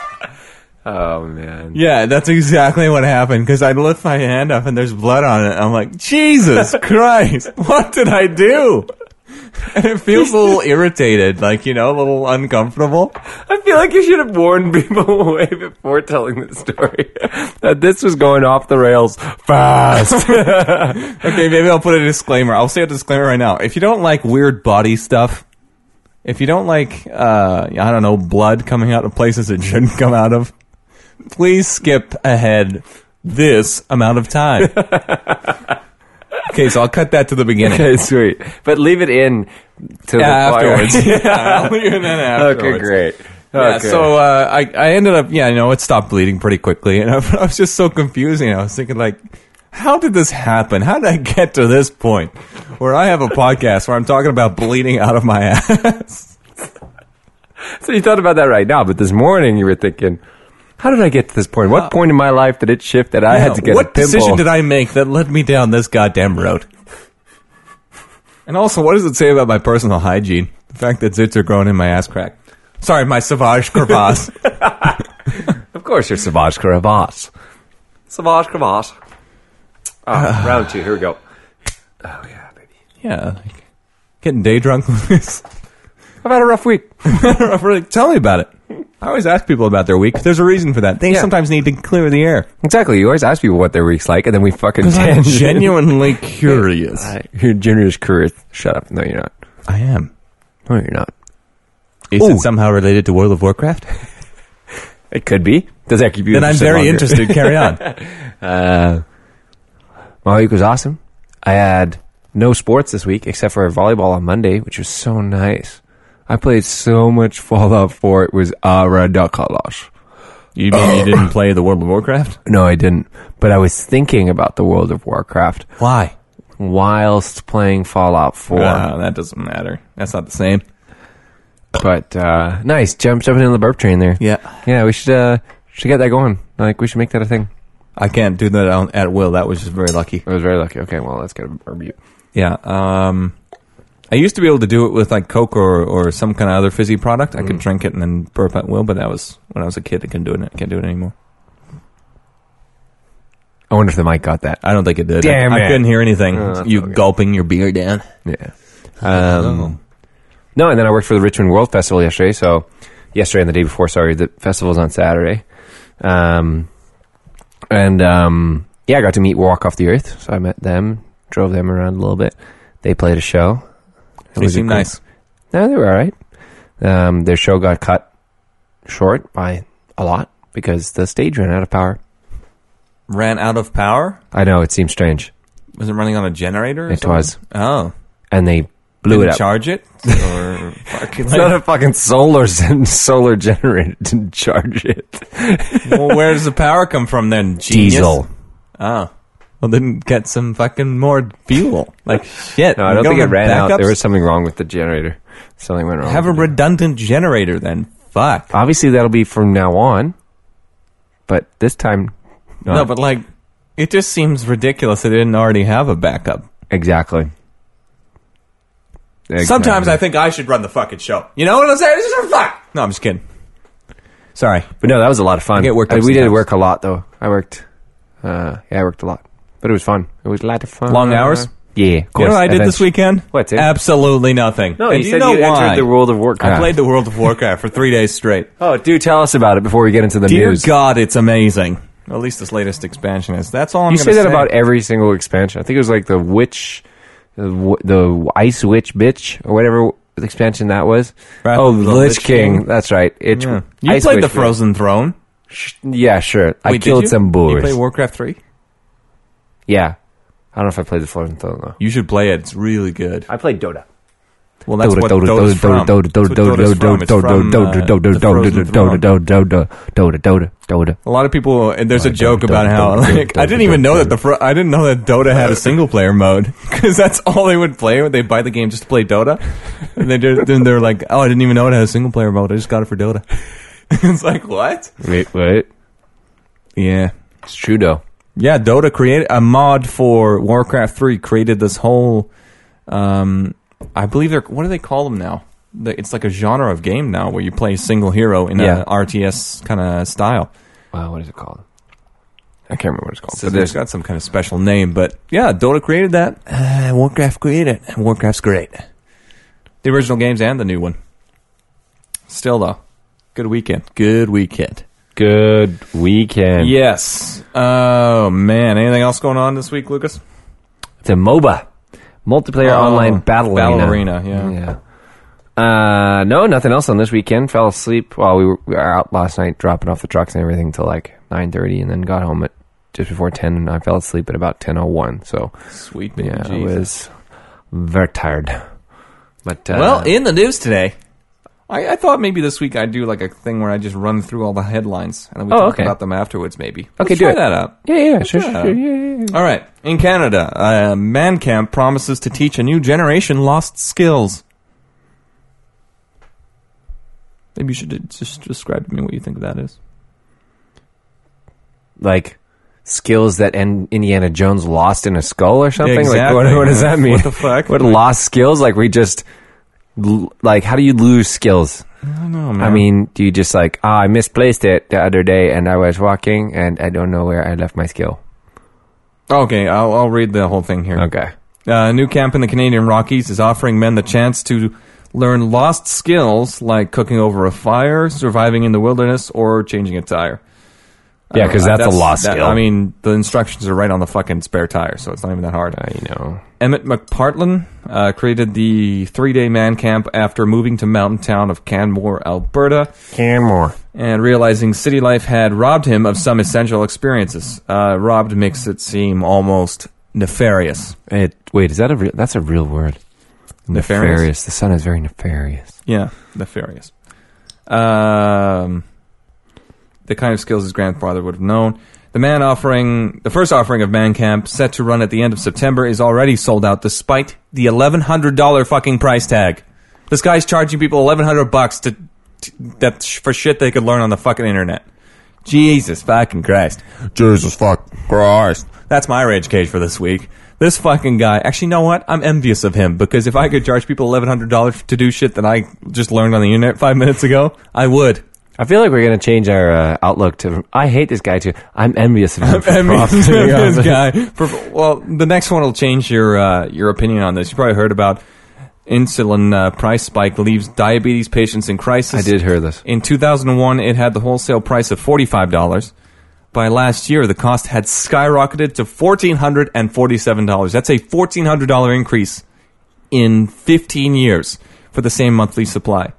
Speaker 2: Oh man.
Speaker 1: Yeah, that's exactly what happened because I lift my hand up and there's blood on it. I'm like, Jesus Christ, what did I do? And it feels a little irritated, like, you know, a little uncomfortable.
Speaker 2: I feel like you should have warned people away before telling this story that this was going off the rails fast.
Speaker 1: Okay, maybe I'll put a disclaimer. I'll say a disclaimer right now. If you don't like weird body stuff, if you don't like, uh, I don't know, blood coming out of places it shouldn't come out of, please skip ahead this amount of time. okay, so I'll cut that to the beginning.
Speaker 2: okay, sweet. But leave it in till
Speaker 1: Yeah,
Speaker 2: the fire.
Speaker 1: afterwards. Yeah, I'll leave it in afterwards.
Speaker 2: okay, great.
Speaker 1: Yeah,
Speaker 2: Okay.
Speaker 1: so uh, I I ended up yeah you know it stopped bleeding pretty quickly and I, I was just so confused you know I was thinking like how did this happen how did I get to this point where I have a podcast where I'm talking about bleeding out of my ass
Speaker 2: So you thought about that right now, but this morning you were thinking, how did I get to this point? What point in my life did it shift that I had to get
Speaker 1: what
Speaker 2: a pimple?
Speaker 1: decision did I make that led me down this goddamn road and also what does it say about my personal hygiene the fact that zits are growing in my ass crack sorry my savage crevasse
Speaker 2: Of course, you're Savage Cravas. Savage Cravas. Ah, round two. Here we go. Oh yeah, baby.
Speaker 1: yeah like, getting day drunk with this.
Speaker 2: I've had a rough week.
Speaker 1: I'm really- tell me about it. I always ask people about their week. There's a reason for that. They
Speaker 2: Yeah.
Speaker 1: sometimes need to clear the air.
Speaker 2: Exactly. You always ask people what their week's like, and then we fucking
Speaker 1: I'm
Speaker 2: tangent.
Speaker 1: genuinely curious.
Speaker 2: Uh, You're generous, curious. Shut up. No, you're not.
Speaker 1: I am.
Speaker 2: No, you're not.
Speaker 1: Is
Speaker 2: Ooh.
Speaker 1: it somehow related to World of Warcraft?
Speaker 2: It could be. Does that keep you?
Speaker 1: then I'm
Speaker 2: interested
Speaker 1: very
Speaker 2: longer?
Speaker 1: interested. Carry on.
Speaker 2: Uh, my week was awesome. I had no sports this week except for volleyball on Monday, which was so nice. I played so much Fallout 4. It was a kalash.
Speaker 1: You mean you didn't play the World of Warcraft?
Speaker 2: No, I didn't. But I was thinking about the World of Warcraft
Speaker 1: Why?
Speaker 2: whilst playing Fallout 4.
Speaker 1: Wow, that doesn't matter. That's not the same.
Speaker 2: But uh, nice, jump jumping in the burp train there.
Speaker 1: Yeah.
Speaker 2: yeah. We should uh, should get that going. Like we should make that a thing.
Speaker 1: I can't do that on, at will. That was just very lucky.
Speaker 2: I was very lucky. Okay, well let's get a burp. you.
Speaker 1: Yeah. Um, I used to be able to do it with like Coke or, or some kind of other fizzy product. I could drink it and then burp at will, but that was when I was a kid. I couldn't do it. I can't do it anymore.
Speaker 2: I wonder if the mic got that.
Speaker 1: I don't think it did.
Speaker 2: Damn
Speaker 1: I,
Speaker 2: it.
Speaker 1: I couldn't hear anything.
Speaker 2: Oh, that's
Speaker 1: you
Speaker 2: okay.
Speaker 1: gulping your beer down. Oh.
Speaker 2: Yeah. Um, no, and then I worked for the Richmond World Festival yesterday. So yesterday and the day before, sorry, the festival's on Saturday. Um, and um, yeah, I got to meet Walk Off the Earth. So I met them, drove them around a little bit. They played a show. It
Speaker 1: They
Speaker 2: was a
Speaker 1: seem
Speaker 2: cool-
Speaker 1: nice.
Speaker 2: No, they were all right. Um, their show got cut short by a lot because the stage ran out of power.
Speaker 1: Ran out of power.
Speaker 2: I know it seems strange,
Speaker 1: Was it running on a generator? or
Speaker 2: It
Speaker 1: something?
Speaker 2: was.
Speaker 1: Oh,
Speaker 2: and they blew
Speaker 1: Didn't
Speaker 2: it up.
Speaker 1: Charge it. Or fucking
Speaker 2: It's not a fucking solar solar generator to charge it.
Speaker 1: well, where does the power come from then? Genius?
Speaker 2: Diesel.
Speaker 1: Oh. Well, then get some fucking more fuel. Like shit.
Speaker 2: No, I don't
Speaker 1: You
Speaker 2: think it
Speaker 1: have
Speaker 2: ran out. There
Speaker 1: backups?
Speaker 2: was something wrong with the generator. Something went wrong.
Speaker 1: have a
Speaker 2: with it.
Speaker 1: redundant generator then. Fuck.
Speaker 2: Obviously, that'll be from now on. But this time,
Speaker 1: No, but like, it just seems ridiculous. They didn't already have a backup.
Speaker 2: exactly. Exactly.
Speaker 1: Sometimes I think I should run the fucking show. You know what I'm saying? It's just fuck. No, I'm just kidding. Sorry.
Speaker 2: but no, that was a lot of fun.
Speaker 1: I get worked
Speaker 2: Uh,
Speaker 1: up
Speaker 2: we did
Speaker 1: sometimes.
Speaker 2: work a lot though. I worked. Uh, yeah, I worked a lot, but it was fun. It was a lot of fun.
Speaker 1: Long hours?
Speaker 2: Yeah, of
Speaker 1: You
Speaker 2: course.
Speaker 1: know what I did
Speaker 2: And
Speaker 1: this
Speaker 2: then-
Speaker 1: weekend?
Speaker 2: What's it?
Speaker 1: Absolutely nothing.
Speaker 2: No,
Speaker 1: And
Speaker 2: you
Speaker 1: do
Speaker 2: said
Speaker 1: know
Speaker 2: you
Speaker 1: why?
Speaker 2: entered the World of Warcraft.
Speaker 1: I played the World of Warcraft for three days straight.
Speaker 2: Oh, do tell us about it before we get into the
Speaker 1: Dear
Speaker 2: news.
Speaker 1: God, it's amazing. At least this latest expansion is. That's all I'm
Speaker 2: You
Speaker 1: gonna
Speaker 2: say that about every single expansion. I think it was like the witch, the, w- the ice witch bitch or whatever expansion that was.
Speaker 1: Wrath
Speaker 2: oh,
Speaker 1: of the
Speaker 2: Lich
Speaker 1: Lich
Speaker 2: King.
Speaker 1: King.
Speaker 2: That's right. It,
Speaker 1: Yeah. You
Speaker 2: Ice
Speaker 1: played
Speaker 2: Witch
Speaker 1: the Frozen Throne.
Speaker 2: bitch. Yeah, sure. I
Speaker 1: Wait, did
Speaker 2: killed
Speaker 1: you?
Speaker 2: some
Speaker 1: You
Speaker 2: boars.
Speaker 1: played Warcraft three.
Speaker 2: yeah, I don't know if I played the Frozen Throne though.
Speaker 1: You should play it. It's really good.
Speaker 2: I played Dota.
Speaker 1: Well, that's what Dota's from. That's what Dota's from. It's from, uh, the Frozen Throne. A lot of people, and there's a
Speaker 2: Like,
Speaker 1: joke
Speaker 2: Dota,
Speaker 1: about
Speaker 2: Dota,
Speaker 1: how
Speaker 2: Dota,
Speaker 1: like I
Speaker 2: Dota,
Speaker 1: didn't even
Speaker 2: Dota,
Speaker 1: know that
Speaker 2: Dota.
Speaker 1: the fr- I didn't know that Dota had a single player mode because that's all they would play when they buy the game just to play Dota, and they did- then they're like, oh, I didn't even know it had a single player mode. I just got it for Dota. it's like what?
Speaker 2: Wait, wait.
Speaker 1: Yeah,
Speaker 2: It's true though.
Speaker 1: yeah. Dota created a mod for Warcraft Three created this whole, um, I believe they're what do they call them now? The- It's like a genre of game now where you play single hero in
Speaker 2: Yeah.
Speaker 1: a RTS kind of style.
Speaker 2: Wow, what is it called? I can't remember what it's called.
Speaker 1: So it's got some kind of special name, but yeah, Dota created that. Uh, Warcraft created it. Warcraft's great. The original games and the new one. Still though, good weekend. Good weekend.
Speaker 2: good weekend.
Speaker 1: Yes. Oh man, anything else going on this week, Lucas?
Speaker 2: It's a MOBA, multiplayer
Speaker 1: Oh,
Speaker 2: online battle
Speaker 1: battle
Speaker 2: arena.
Speaker 1: arena, yeah.
Speaker 2: Yeah. Uh, no, nothing else on this weekend. Fell asleep while we were, we were out last night dropping off the trucks and everything till like nine thirty, and then got home at just before ten, and I fell asleep at about ten oh one. So
Speaker 1: Sweet
Speaker 2: yeah,
Speaker 1: Jesus.
Speaker 2: I was very tired. But uh,
Speaker 1: Well, in the news today, I, I thought maybe this week I'd do like a thing where I just run through all the headlines and then we
Speaker 2: Oh,
Speaker 1: talk
Speaker 2: okay.
Speaker 1: about them afterwards. Maybe.
Speaker 2: Okay,
Speaker 1: Let's
Speaker 2: do
Speaker 1: try
Speaker 2: it.
Speaker 1: that out.
Speaker 2: yeah, yeah, sure, sure,
Speaker 1: Yeah.
Speaker 2: sure, yeah, yeah.
Speaker 1: All right. In Canada, uh, man camp promises to teach a new generation lost skills. Maybe you should just describe to me what you think that is.
Speaker 2: like skills that en- Indiana Jones lost in a skull or something. Like,
Speaker 1: Exactly.
Speaker 2: what, what does that mean?
Speaker 1: What the fuck?
Speaker 2: What lost skills? Like we just l- like how do you lose skills?
Speaker 1: I know, man.
Speaker 2: I mean, do you just like ah, I misplaced it the other day and I was walking and I don't know where I left my skill.
Speaker 1: okay, I'll, I'll read the whole thing here.
Speaker 2: Okay.
Speaker 1: Uh, a new camp in the Canadian Rockies is offering men the chance to learn lost skills like cooking over a fire, surviving in the wilderness, or changing a tire. I
Speaker 2: Yeah,
Speaker 1: don't-
Speaker 2: 'cause Uh, that's a lost
Speaker 1: that-
Speaker 2: skill.
Speaker 1: I mean, the instructions are right on the fucking spare tire, so it's not even that hard.
Speaker 2: Uh, you know.
Speaker 1: Emmett McPartlin uh, created the three day man camp after moving to mountain town of Canmore, Alberta,
Speaker 2: Canmore.
Speaker 1: and realizing city life had robbed him of some essential experiences. Uh, robbed makes it seem almost nefarious.
Speaker 2: It, wait, is that a real? That's a real word.
Speaker 1: Nefarious?
Speaker 2: The sun is very nefarious.
Speaker 1: Yeah, nefarious. Um, the kind of skills his grandfather would have known. The man offering the first offering of Man Camp, set to run at the end of September, is already sold out despite the eleven hundred dollar fucking price tag. This guy's charging people eleven hundred bucks to, to that sh- for shit they could learn on the fucking internet. Jesus fucking Christ!
Speaker 4: Jesus fuck Christ.
Speaker 1: That's my rage cage for this week. This fucking guy. Actually, you know what? I'm envious of him because if I could charge people eleven hundred dollars to do shit that I just learned on the internet five minutes ago, I would.
Speaker 2: I feel like we're gonna change our uh, outlook to. I hate this guy too. I'm envious of him. for
Speaker 1: envious of
Speaker 2: profiting off
Speaker 1: this
Speaker 2: of-
Speaker 1: guy. For- well, the next one will change your uh, your opinion on this. You probably heard about insulin uh, price spike leaves diabetes patients in
Speaker 2: I
Speaker 1: crisis.
Speaker 2: did hear this.
Speaker 1: In 2001, it had the wholesale price of $45. By last year, the cost had skyrocketed to $1,447. That's a $1,400 increase in 15 years for the same monthly supply.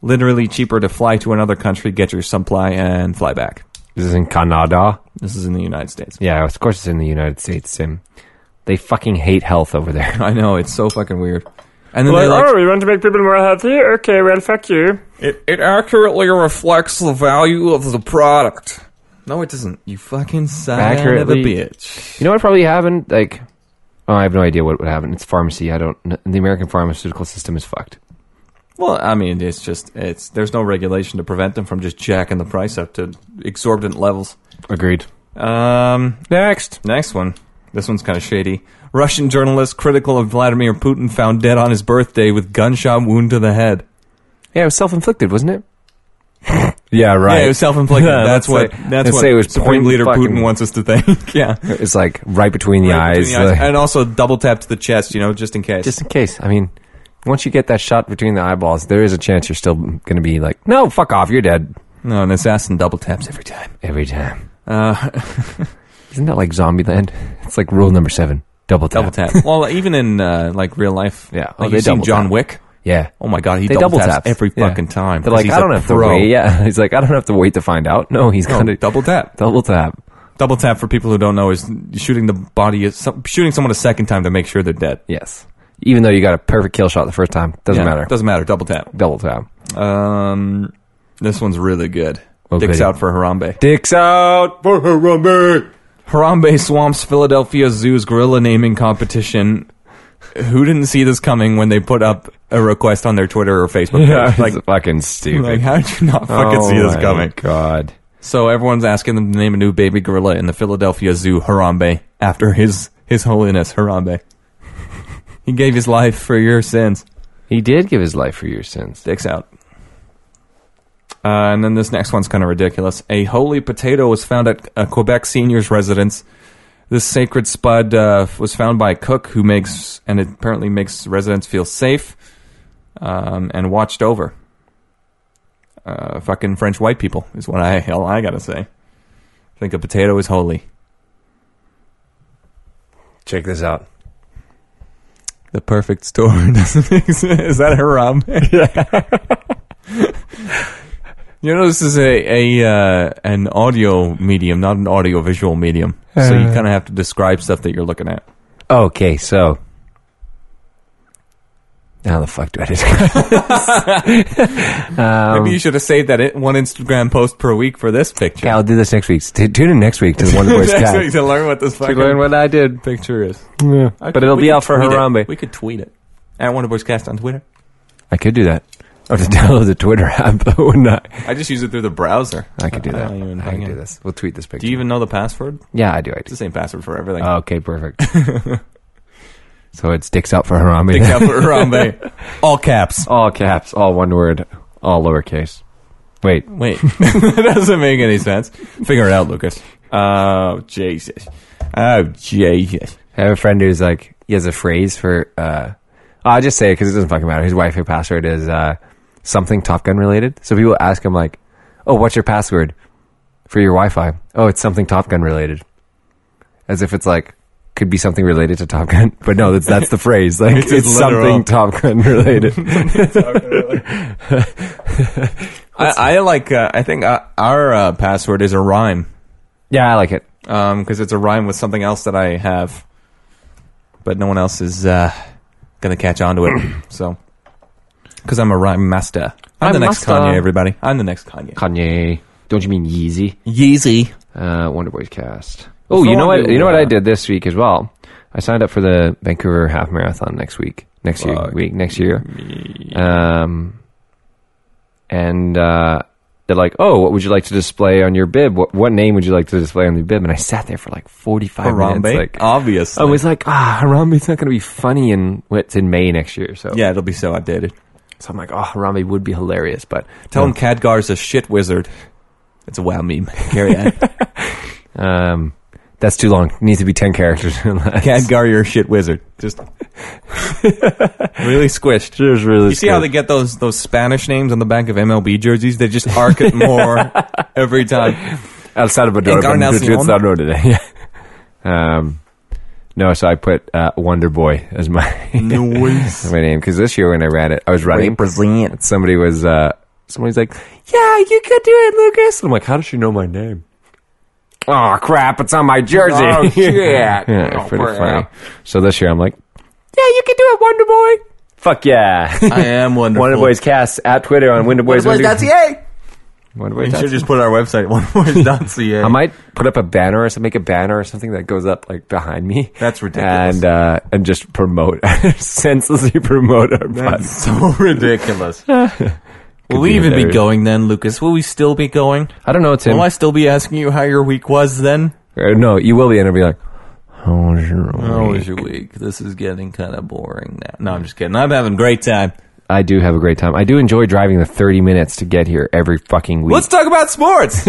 Speaker 1: Literally cheaper to fly to another country, get your supply, and fly back.
Speaker 2: This is in Canada.
Speaker 1: This is in the United States.
Speaker 2: Yeah, of course it's in the United States, Tim. They fucking hate health over there.
Speaker 1: I know, it's so fucking weird. And then they
Speaker 7: oh, we want to make people more healthy? Okay, well, fuck you.
Speaker 1: it, it accurately reflects the value of the product. No, it doesn't. You fucking son
Speaker 2: Accurately-
Speaker 1: of a bitch.
Speaker 2: You know what probably happened? Like, oh, I have no idea what would happen. It's pharmacy. I don't. kn- The American pharmaceutical system is fucked.
Speaker 1: Well, I mean, it's just it's there's no regulation to prevent them from just jacking the price up to exorbitant levels.
Speaker 2: Agreed.
Speaker 1: Um,
Speaker 2: Next.
Speaker 1: next one. This one's kind of shady. Russian journalist critical of Vladimir Putin found dead on his birthday with gunshot wound to the head.
Speaker 2: Yeah, it was self-inflicted, wasn't it? yeah, right.
Speaker 1: Yeah, it was self-inflicted.
Speaker 2: Yeah,
Speaker 1: that's,
Speaker 2: that's
Speaker 1: what.
Speaker 2: it.
Speaker 1: That's
Speaker 2: They
Speaker 1: what
Speaker 2: say it was
Speaker 1: Supreme
Speaker 2: point
Speaker 1: Leader
Speaker 2: fucking-
Speaker 1: Putin wants us to think. yeah.
Speaker 2: It's like right between the
Speaker 1: Right
Speaker 2: eyes.
Speaker 1: between the eyes.
Speaker 2: like-
Speaker 1: and also double tap to the chest, you know, just in case.
Speaker 2: just in case. I mean, once you get that shot between the eyeballs, there is a chance you're still going to be like, no, fuck off, you're dead
Speaker 1: no, an assassin double taps every time.
Speaker 2: every time.
Speaker 1: Uh,
Speaker 2: Isn't that like Zombieland? It's like rule number seven: double tap.
Speaker 1: double tap. well, even in uh, like real life,
Speaker 2: Yeah. Oh,
Speaker 1: Like
Speaker 2: they
Speaker 1: you've seen
Speaker 2: double
Speaker 1: John
Speaker 2: tap.
Speaker 1: Wick.
Speaker 2: Yeah.
Speaker 1: Oh my god, he
Speaker 2: They
Speaker 1: double,
Speaker 2: double
Speaker 1: taps,
Speaker 2: tap
Speaker 1: every fucking time.
Speaker 2: They're
Speaker 1: 'cause
Speaker 2: like,
Speaker 1: he's
Speaker 2: I
Speaker 1: a
Speaker 2: don't have
Speaker 1: pro.
Speaker 2: to wait. Yeah, he's like, I don't have to wait to find out. No, he's
Speaker 1: No,
Speaker 2: gonna
Speaker 1: double tap.
Speaker 2: double tap.
Speaker 1: Double tap for people who don't know is shooting the body, some- shooting someone a second time to make sure they're dead.
Speaker 2: Yes, even though you got a perfect kill shot the first time. Doesn't
Speaker 1: Yeah,
Speaker 2: matter.
Speaker 1: Doesn't matter. Double tap.
Speaker 2: Double tap.
Speaker 1: Um, this one's really good.
Speaker 2: Okay.
Speaker 1: Dicks out for Harambe.
Speaker 2: Dicks out for Harambe.
Speaker 1: Harambe swamps Philadelphia Zoo's gorilla naming competition. Who didn't see this coming when they put up a request on their Twitter or Facebook? page?
Speaker 2: Yeah,
Speaker 1: like,
Speaker 2: it's fucking stupid.
Speaker 1: like, how did you not fucking
Speaker 2: Oh
Speaker 1: see this
Speaker 2: my
Speaker 1: coming?
Speaker 2: God.
Speaker 1: So everyone's asking them to name a new baby gorilla in the Philadelphia Zoo, Harambe, after his His Holiness Harambe. he gave his life for your sins.
Speaker 2: He did give his life for your sins.
Speaker 1: Dicks out. Uh, and then this next one's kind of ridiculous. A holy potato was found at a Quebec senior's residence. This sacred spud uh, was found by a cook who makes and apparently makes residents feel safe um, and watched over. Uh, fucking French white people is what I hell I gotta say. I think a potato is holy.
Speaker 2: Check this out.
Speaker 1: The perfect storm doesn't exist. Is that Harambe? you know, this is a, a uh, an audio medium, not an audio visual medium. so you kind of have to describe stuff that you're looking at.
Speaker 2: Okay, so. How the fuck do I describe
Speaker 1: Maybe you should have saved that in- one Instagram post per week for this picture.
Speaker 2: Yeah, I'll do this next week. T- tune in next week to the Wonder Boys
Speaker 1: Next
Speaker 2: Cat.
Speaker 1: week to learn what this fucking
Speaker 2: what I did.
Speaker 1: picture is.
Speaker 2: But it'll
Speaker 1: We
Speaker 2: be
Speaker 1: could
Speaker 2: out for
Speaker 1: tweet it.
Speaker 2: Harambe.
Speaker 1: We could tweet it at Wonder Boys Cast on Twitter.
Speaker 2: I could do that. I have to download the Twitter app, but we're not.
Speaker 1: I just use it through the browser.
Speaker 2: I could do
Speaker 1: I
Speaker 2: that.
Speaker 1: don't even
Speaker 2: I can
Speaker 1: hang
Speaker 2: do
Speaker 1: in.
Speaker 2: this. We'll tweet this picture.
Speaker 1: Do you even know the password?
Speaker 2: yeah, I do. I
Speaker 1: It's the
Speaker 2: do.
Speaker 1: same password for everything.
Speaker 2: Okay, perfect. so it sticks out for Harambe.
Speaker 1: Big cap for Harambe. All caps.
Speaker 2: all caps, all one word, all lowercase. Wait,
Speaker 1: Wait, that doesn't make any sense. Figure it out, Lucas. Oh Jesus! Oh Jesus!
Speaker 2: I have a friend who's like, he has a phrase for, uh, I'll just say it because it doesn't fucking matter. His Wi-Fi password is uh, something Top Gun related. So people ask him like, oh, what's your password for your Wi-Fi? Oh, it's something Top Gun related. As if it's like, could be something related to Top Gun. But no, that's, that's the phrase. Like, it's,
Speaker 1: just literal.
Speaker 2: something Top Gun related.
Speaker 1: I, I like. Uh, I think uh, our uh, password is a rhyme
Speaker 2: yeah, I like it.
Speaker 1: because it's a rhyme with something else that I have, but no one else is uh, gonna catch on to it. So, because I'm a rhyme master. I'm,
Speaker 2: I'm
Speaker 1: the next
Speaker 2: master.
Speaker 1: Kanye, everybody. I'm the next Kanye.
Speaker 2: Kanye. Don't you mean Yeezy?
Speaker 1: Yeezy.
Speaker 2: Uh, Wonder Boys cast. Oh,
Speaker 1: the
Speaker 2: you know
Speaker 1: one
Speaker 2: what?
Speaker 1: who,
Speaker 2: You know what
Speaker 1: uh,
Speaker 2: I did this week as well. I signed up for the Vancouver Half Marathon next week. Next year,
Speaker 1: Fuck
Speaker 2: week next year. Um, and uh, they're like, "Oh, what would you like to display on your bib? What what name would you like to display on the bib?" And I sat there for like forty five minutes.
Speaker 1: Harambe. Oh,
Speaker 2: Like, I
Speaker 1: Obviously.
Speaker 2: was like, "Ah, Harambe's not going to be funny in what's in May next year." So
Speaker 1: yeah, it'll be so outdated.
Speaker 2: so I'm like, "Oh, Harambe would be hilarious," but
Speaker 1: Tell him Cadgar's a shit wizard. It's a wow meme. Carry on.
Speaker 2: um, that's too long. Needs to be ten characters or less.
Speaker 1: Cadgar, you're a shit wizard. Just really squished.
Speaker 2: There's really
Speaker 1: You see how they get those those Spanish names on the back of MLB jerseys? They just arc it more every time.
Speaker 2: El Salvador. but
Speaker 1: Encarnacion.
Speaker 2: it's not road today. Yeah. Um, no, so I put uh, Wonder Boy as my as my name because this year when I ran it, I was running.
Speaker 1: Represent.
Speaker 2: Somebody was uh, somebody's like, "Yeah, you could do it, Lucas." And I'm like, "How does she know my name?" Oh crap! It's on my jersey. Oh shit! Oh, yeah, pretty funny. So this year I'm like, "Yeah, you can do it, Wonder Boy." Fuck yeah!
Speaker 1: I am wonderful.
Speaker 2: Wonder Boys cast at Twitter on Wonder Boys.
Speaker 1: Wonderboys.ca.
Speaker 2: Wonder Boys.
Speaker 1: We should just put our website wonderboys.ca.
Speaker 2: I might put up a banner or something, make a banner or something that goes up like behind me.
Speaker 1: That's ridiculous.
Speaker 2: And uh, and just promote senselessly promote our
Speaker 1: That's
Speaker 2: podcast.
Speaker 1: so ridiculous. Will we
Speaker 2: be
Speaker 1: even be
Speaker 2: hilarious.
Speaker 1: going then, Lucas? Will we still be going?
Speaker 2: I don't know, Tim.
Speaker 1: Will I still be asking you how your week was then?
Speaker 2: Uh, no, you will be, and I'll be like, "How was your
Speaker 1: How
Speaker 2: week?"
Speaker 1: was your week? This is getting kind of boring now. No, I'm just kidding. I'm having a great time.
Speaker 2: I do have a great time. I do enjoy driving the thirty minutes to get here every fucking week.
Speaker 1: Let's talk about sports.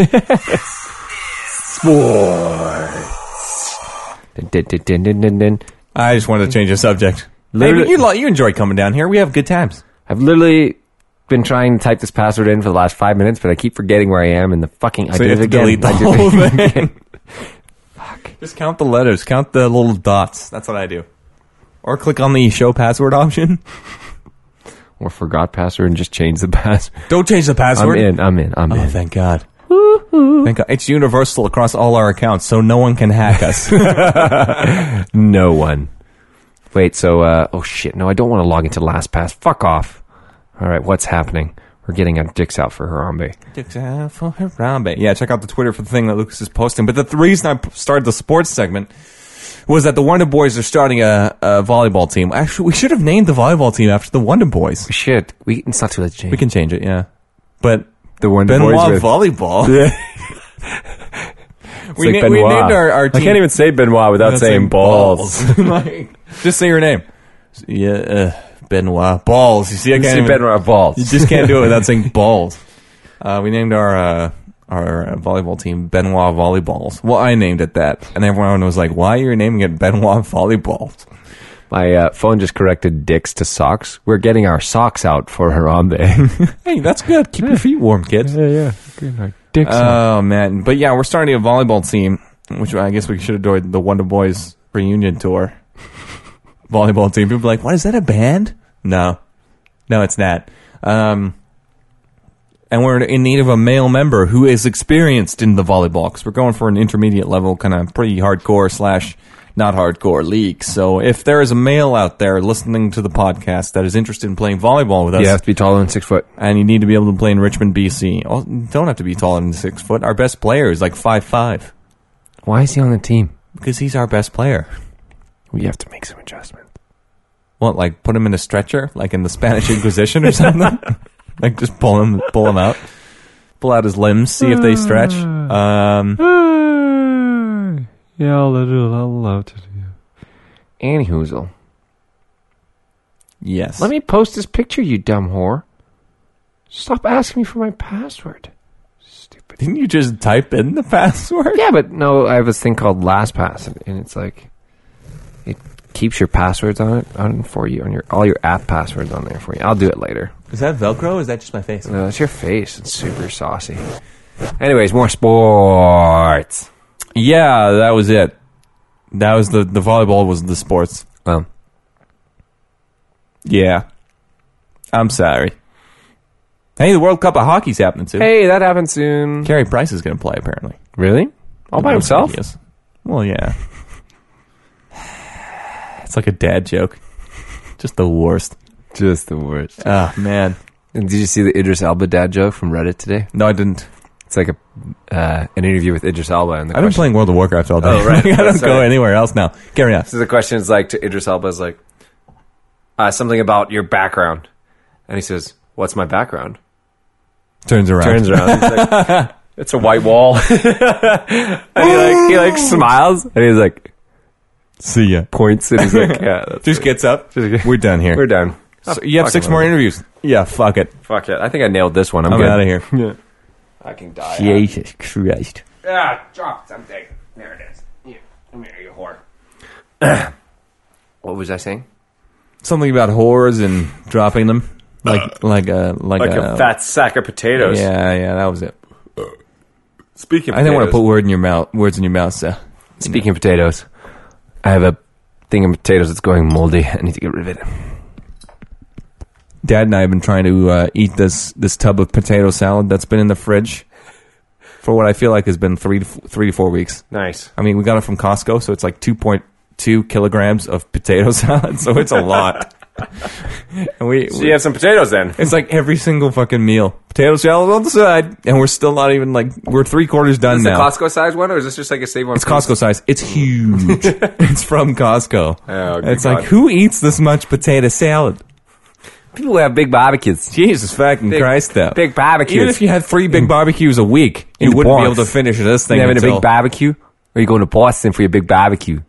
Speaker 2: Dun, dun, dun, dun, dun, dun.
Speaker 1: I just wanted to change the subject.
Speaker 2: Literally-
Speaker 1: hey, you, lo- you enjoy coming down here. We have good times.
Speaker 2: I've literally been trying to type this password in for the last five minutes, but I keep forgetting where I am and the fucking. I
Speaker 1: So
Speaker 2: did
Speaker 1: you have to
Speaker 2: it again.
Speaker 1: delete the
Speaker 2: I did it
Speaker 1: whole
Speaker 2: again.
Speaker 1: thing. Just count the letters. Count the little dots. That's what I do. Or click on the show password option.
Speaker 2: or forgot password and just change the password.
Speaker 1: Don't change the
Speaker 2: I'm
Speaker 1: password.
Speaker 2: in. I'm in. I'm
Speaker 1: Oh,
Speaker 2: in.
Speaker 1: thank God. Thank God. It's universal across all our accounts, so no one can hack us.
Speaker 2: No one. Wait, so uh, oh shit, no, I don't want to log into LastPass. Fuck off. All right, what's happening? We're getting our dicks out for Harambe.
Speaker 1: Dicks out uh, for Harambe. Yeah, check out the Twitter for the thing that Lucas is posting. But the th- reason I p- started the sports segment was that the Wonder Boys are starting a, a volleyball team. Actually, we should have named the volleyball team after the Wonder Boys.
Speaker 2: Shit, we it's not too late to change.
Speaker 1: We can change it, yeah. But
Speaker 2: the one
Speaker 1: Benoit Volleyball.
Speaker 8: Yeah.
Speaker 1: we,
Speaker 8: Like
Speaker 1: na- we
Speaker 8: Benoit.
Speaker 1: named our, our team.
Speaker 8: I can't even say Benoit without
Speaker 1: That's
Speaker 8: saying
Speaker 1: like
Speaker 8: balls.
Speaker 1: Like, just say your name. Yeah, uh, Benoit balls. You see, I can't.
Speaker 2: See
Speaker 1: even-
Speaker 2: Benoit balls.
Speaker 1: You just can't do it without saying balls. Uh, we named our uh, our uh, volleyball team Benoit Volleyballs. Well, I named it that, and everyone was like, "Why are you naming it Benoit Volleyballs?"
Speaker 2: My uh, phone just corrected dicks to socks. We're getting our socks out for Harambe.
Speaker 1: Hey, that's good. Keep your feet warm, kids.
Speaker 2: yeah, yeah. Dicks.
Speaker 1: Oh man, but yeah, we're starting a volleyball team, which I guess we should have done the Wonder Boys reunion tour. volleyball team. People are like, what is that a band? No, no, it's not. Um, and we're in need of a male member who is experienced in the volleyball because we're going for an intermediate level, kind of pretty hardcore slash not hardcore league. So if there is a male out there listening to the podcast that is interested in playing volleyball with us,
Speaker 2: you have to be taller than six foot.
Speaker 1: and you need to be able to play in Richmond, BC. Oh, Don't have to be taller than six foot. Our best player is like five five
Speaker 2: Why is he on the team?
Speaker 1: because he's our best player.
Speaker 2: We have to make some adjustments.
Speaker 1: What, like put him in a stretcher, like in the Spanish Inquisition or something? like just pull him, pull him out, pull out his limbs, see if they stretch. Um,
Speaker 2: yeah, I'll, love to do. Anywhoozle,
Speaker 1: yes.
Speaker 2: let me post this picture, you dumb whore. Stop asking me for my password. Stupid.
Speaker 1: Didn't you just type in the password?
Speaker 2: Yeah, but no, I have this thing called LastPass, and it's like it keeps your passwords on it on for you on your all your app passwords on there for you. I'll do it later.
Speaker 1: Is that Velcro? Or is that just my face?
Speaker 2: No, it's your face. It's super saucy. Anyways, more sports.
Speaker 1: Yeah, that was it. That was the the volleyball was the sports.
Speaker 2: Um,
Speaker 1: Yeah, I'm sorry. Hey, the World Cup of hockey's happening soon.
Speaker 2: hey, that happened soon.
Speaker 1: Carey Price is going to play apparently
Speaker 2: Really? All by himself?
Speaker 1: Yes. Well, yeah. It's like a dad joke. Just the worst.
Speaker 2: Just the worst.
Speaker 1: Oh man.
Speaker 2: And did you see the Idris Elba dad joke from Reddit today?
Speaker 1: No, I didn't.
Speaker 2: It's like a uh, an interview with Idris Elba, and the
Speaker 1: I've been
Speaker 2: question,
Speaker 1: playing World of Warcraft all day.
Speaker 2: Oh, right.
Speaker 1: I don't go
Speaker 2: Sorry.
Speaker 1: anywhere else now. Carry on.
Speaker 2: so the question is like to Idris Elba is like uh, something about your background, and he says, "What's my background?"
Speaker 1: Turns around.
Speaker 2: turns around. He's like, it's a white wall. and he like he like smiles and he's like
Speaker 1: See ya.
Speaker 2: points and he's like, yeah, that's
Speaker 1: Just gets up.
Speaker 2: Just-
Speaker 1: We're done here.
Speaker 2: we're done.
Speaker 1: So you have
Speaker 2: Fuck
Speaker 1: six
Speaker 2: it,
Speaker 1: more
Speaker 2: man.
Speaker 1: interviews. Yeah, fuck it.
Speaker 2: Fuck it. I think I nailed this one. I'm,
Speaker 1: I'm
Speaker 2: good.
Speaker 1: out of here.
Speaker 2: I can die.
Speaker 1: Jesus Christ.
Speaker 2: Ah, drop something. There it is. Here, come here, you whore. what was I saying?
Speaker 1: Something about whores and dropping them. Like like a Uh, like, uh,
Speaker 8: like
Speaker 2: Uh,
Speaker 8: a fat sack of potatoes.
Speaker 1: Yeah, yeah, that was it.
Speaker 8: Speaking, of
Speaker 1: I didn't want to put
Speaker 8: potatoes,
Speaker 1: word in your mouth words in your mouth, so
Speaker 2: Speaking of potatoes, I have a thing of potatoes that's going moldy. I need to get rid of it.
Speaker 1: Dad and I have been trying to uh, eat this this tub of potato salad that's been in the fridge for what I feel like has been three to f- three to four weeks.
Speaker 8: nice.
Speaker 1: I mean, we got it from Costco, so it's like two point two kilograms of potato salad, so it's a lot. and we,
Speaker 8: So you have some potatoes then.
Speaker 1: it's like every single fucking meal, potato salad on the side, and we're still not even like we're three quarters done
Speaker 2: Is this a
Speaker 1: now.
Speaker 2: Costco size one, or is this just like a save one?
Speaker 1: it's Costco size. It's huge. it's from Costco.
Speaker 2: Oh, good
Speaker 1: it's
Speaker 2: God.
Speaker 1: like who eats this much potato salad?
Speaker 2: People have big barbecues.
Speaker 1: Jesus fucking
Speaker 2: Big-
Speaker 1: Christ, though.
Speaker 2: big barbecues.
Speaker 1: Even if you had three big barbecues a week, Mm. you
Speaker 2: the
Speaker 1: wouldn't be
Speaker 2: Bronx.
Speaker 1: able to finish this thing.
Speaker 2: You having
Speaker 1: until
Speaker 2: a big barbecue, or you going to Boston for your big barbecue?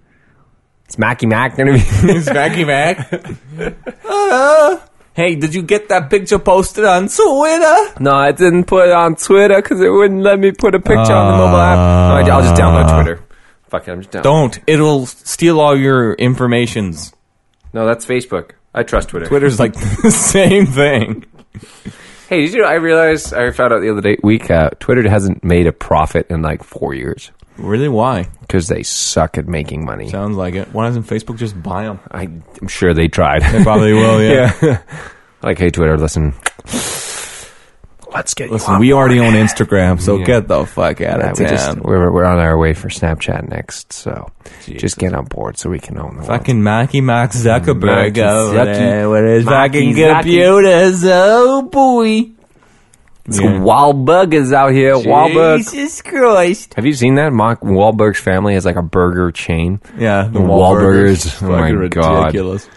Speaker 2: It's Mackey Mac gonna be.
Speaker 1: Smacky Mac. Uh, hey, did you get that picture posted on Twitter?
Speaker 2: no, I didn't put it on Twitter because it wouldn't let me put a picture on the mobile app. No, I- I'll just download Twitter. Fuck it, I'm just down.
Speaker 1: Don't. It'll steal all your informations.
Speaker 2: No, that's Facebook. I trust Twitter.
Speaker 1: Twitter's like the same thing.
Speaker 2: Hey, did you? know- I realized I found out the other day week. Uh, Twitter hasn't made a profit in like four years
Speaker 1: Really? Why?
Speaker 2: because they suck at making money.
Speaker 1: Sounds like it. Why doesn't Facebook just buy them?
Speaker 2: I, I'm sure they tried.
Speaker 1: Probably will. Yeah.
Speaker 2: like, hey, Twitter, listen.
Speaker 9: Let's get you
Speaker 1: Listen,
Speaker 9: on
Speaker 1: we
Speaker 9: board.
Speaker 1: already own Instagram, so
Speaker 2: Yeah.
Speaker 1: get the fuck out
Speaker 2: Yeah,
Speaker 1: of
Speaker 2: we
Speaker 1: town.
Speaker 2: just, we're, we're on our way for Snapchat next, so just get on board so we can own the world.
Speaker 1: Fucking Marky Mark Zuckerberg
Speaker 2: Marky
Speaker 1: over
Speaker 2: Zucky.
Speaker 1: there with his
Speaker 2: Marky
Speaker 1: fucking computers. Oh boy.
Speaker 2: Some wild buggers out here. Wild bugs.
Speaker 1: Jesus Christ.
Speaker 2: Have you seen that? Mark Wahlberg's family has like a burger chain.
Speaker 1: Yeah, the
Speaker 2: Wahlburgers.
Speaker 1: Wahlburgers.
Speaker 2: Oh my
Speaker 1: Fucking
Speaker 2: God.
Speaker 1: ridiculous.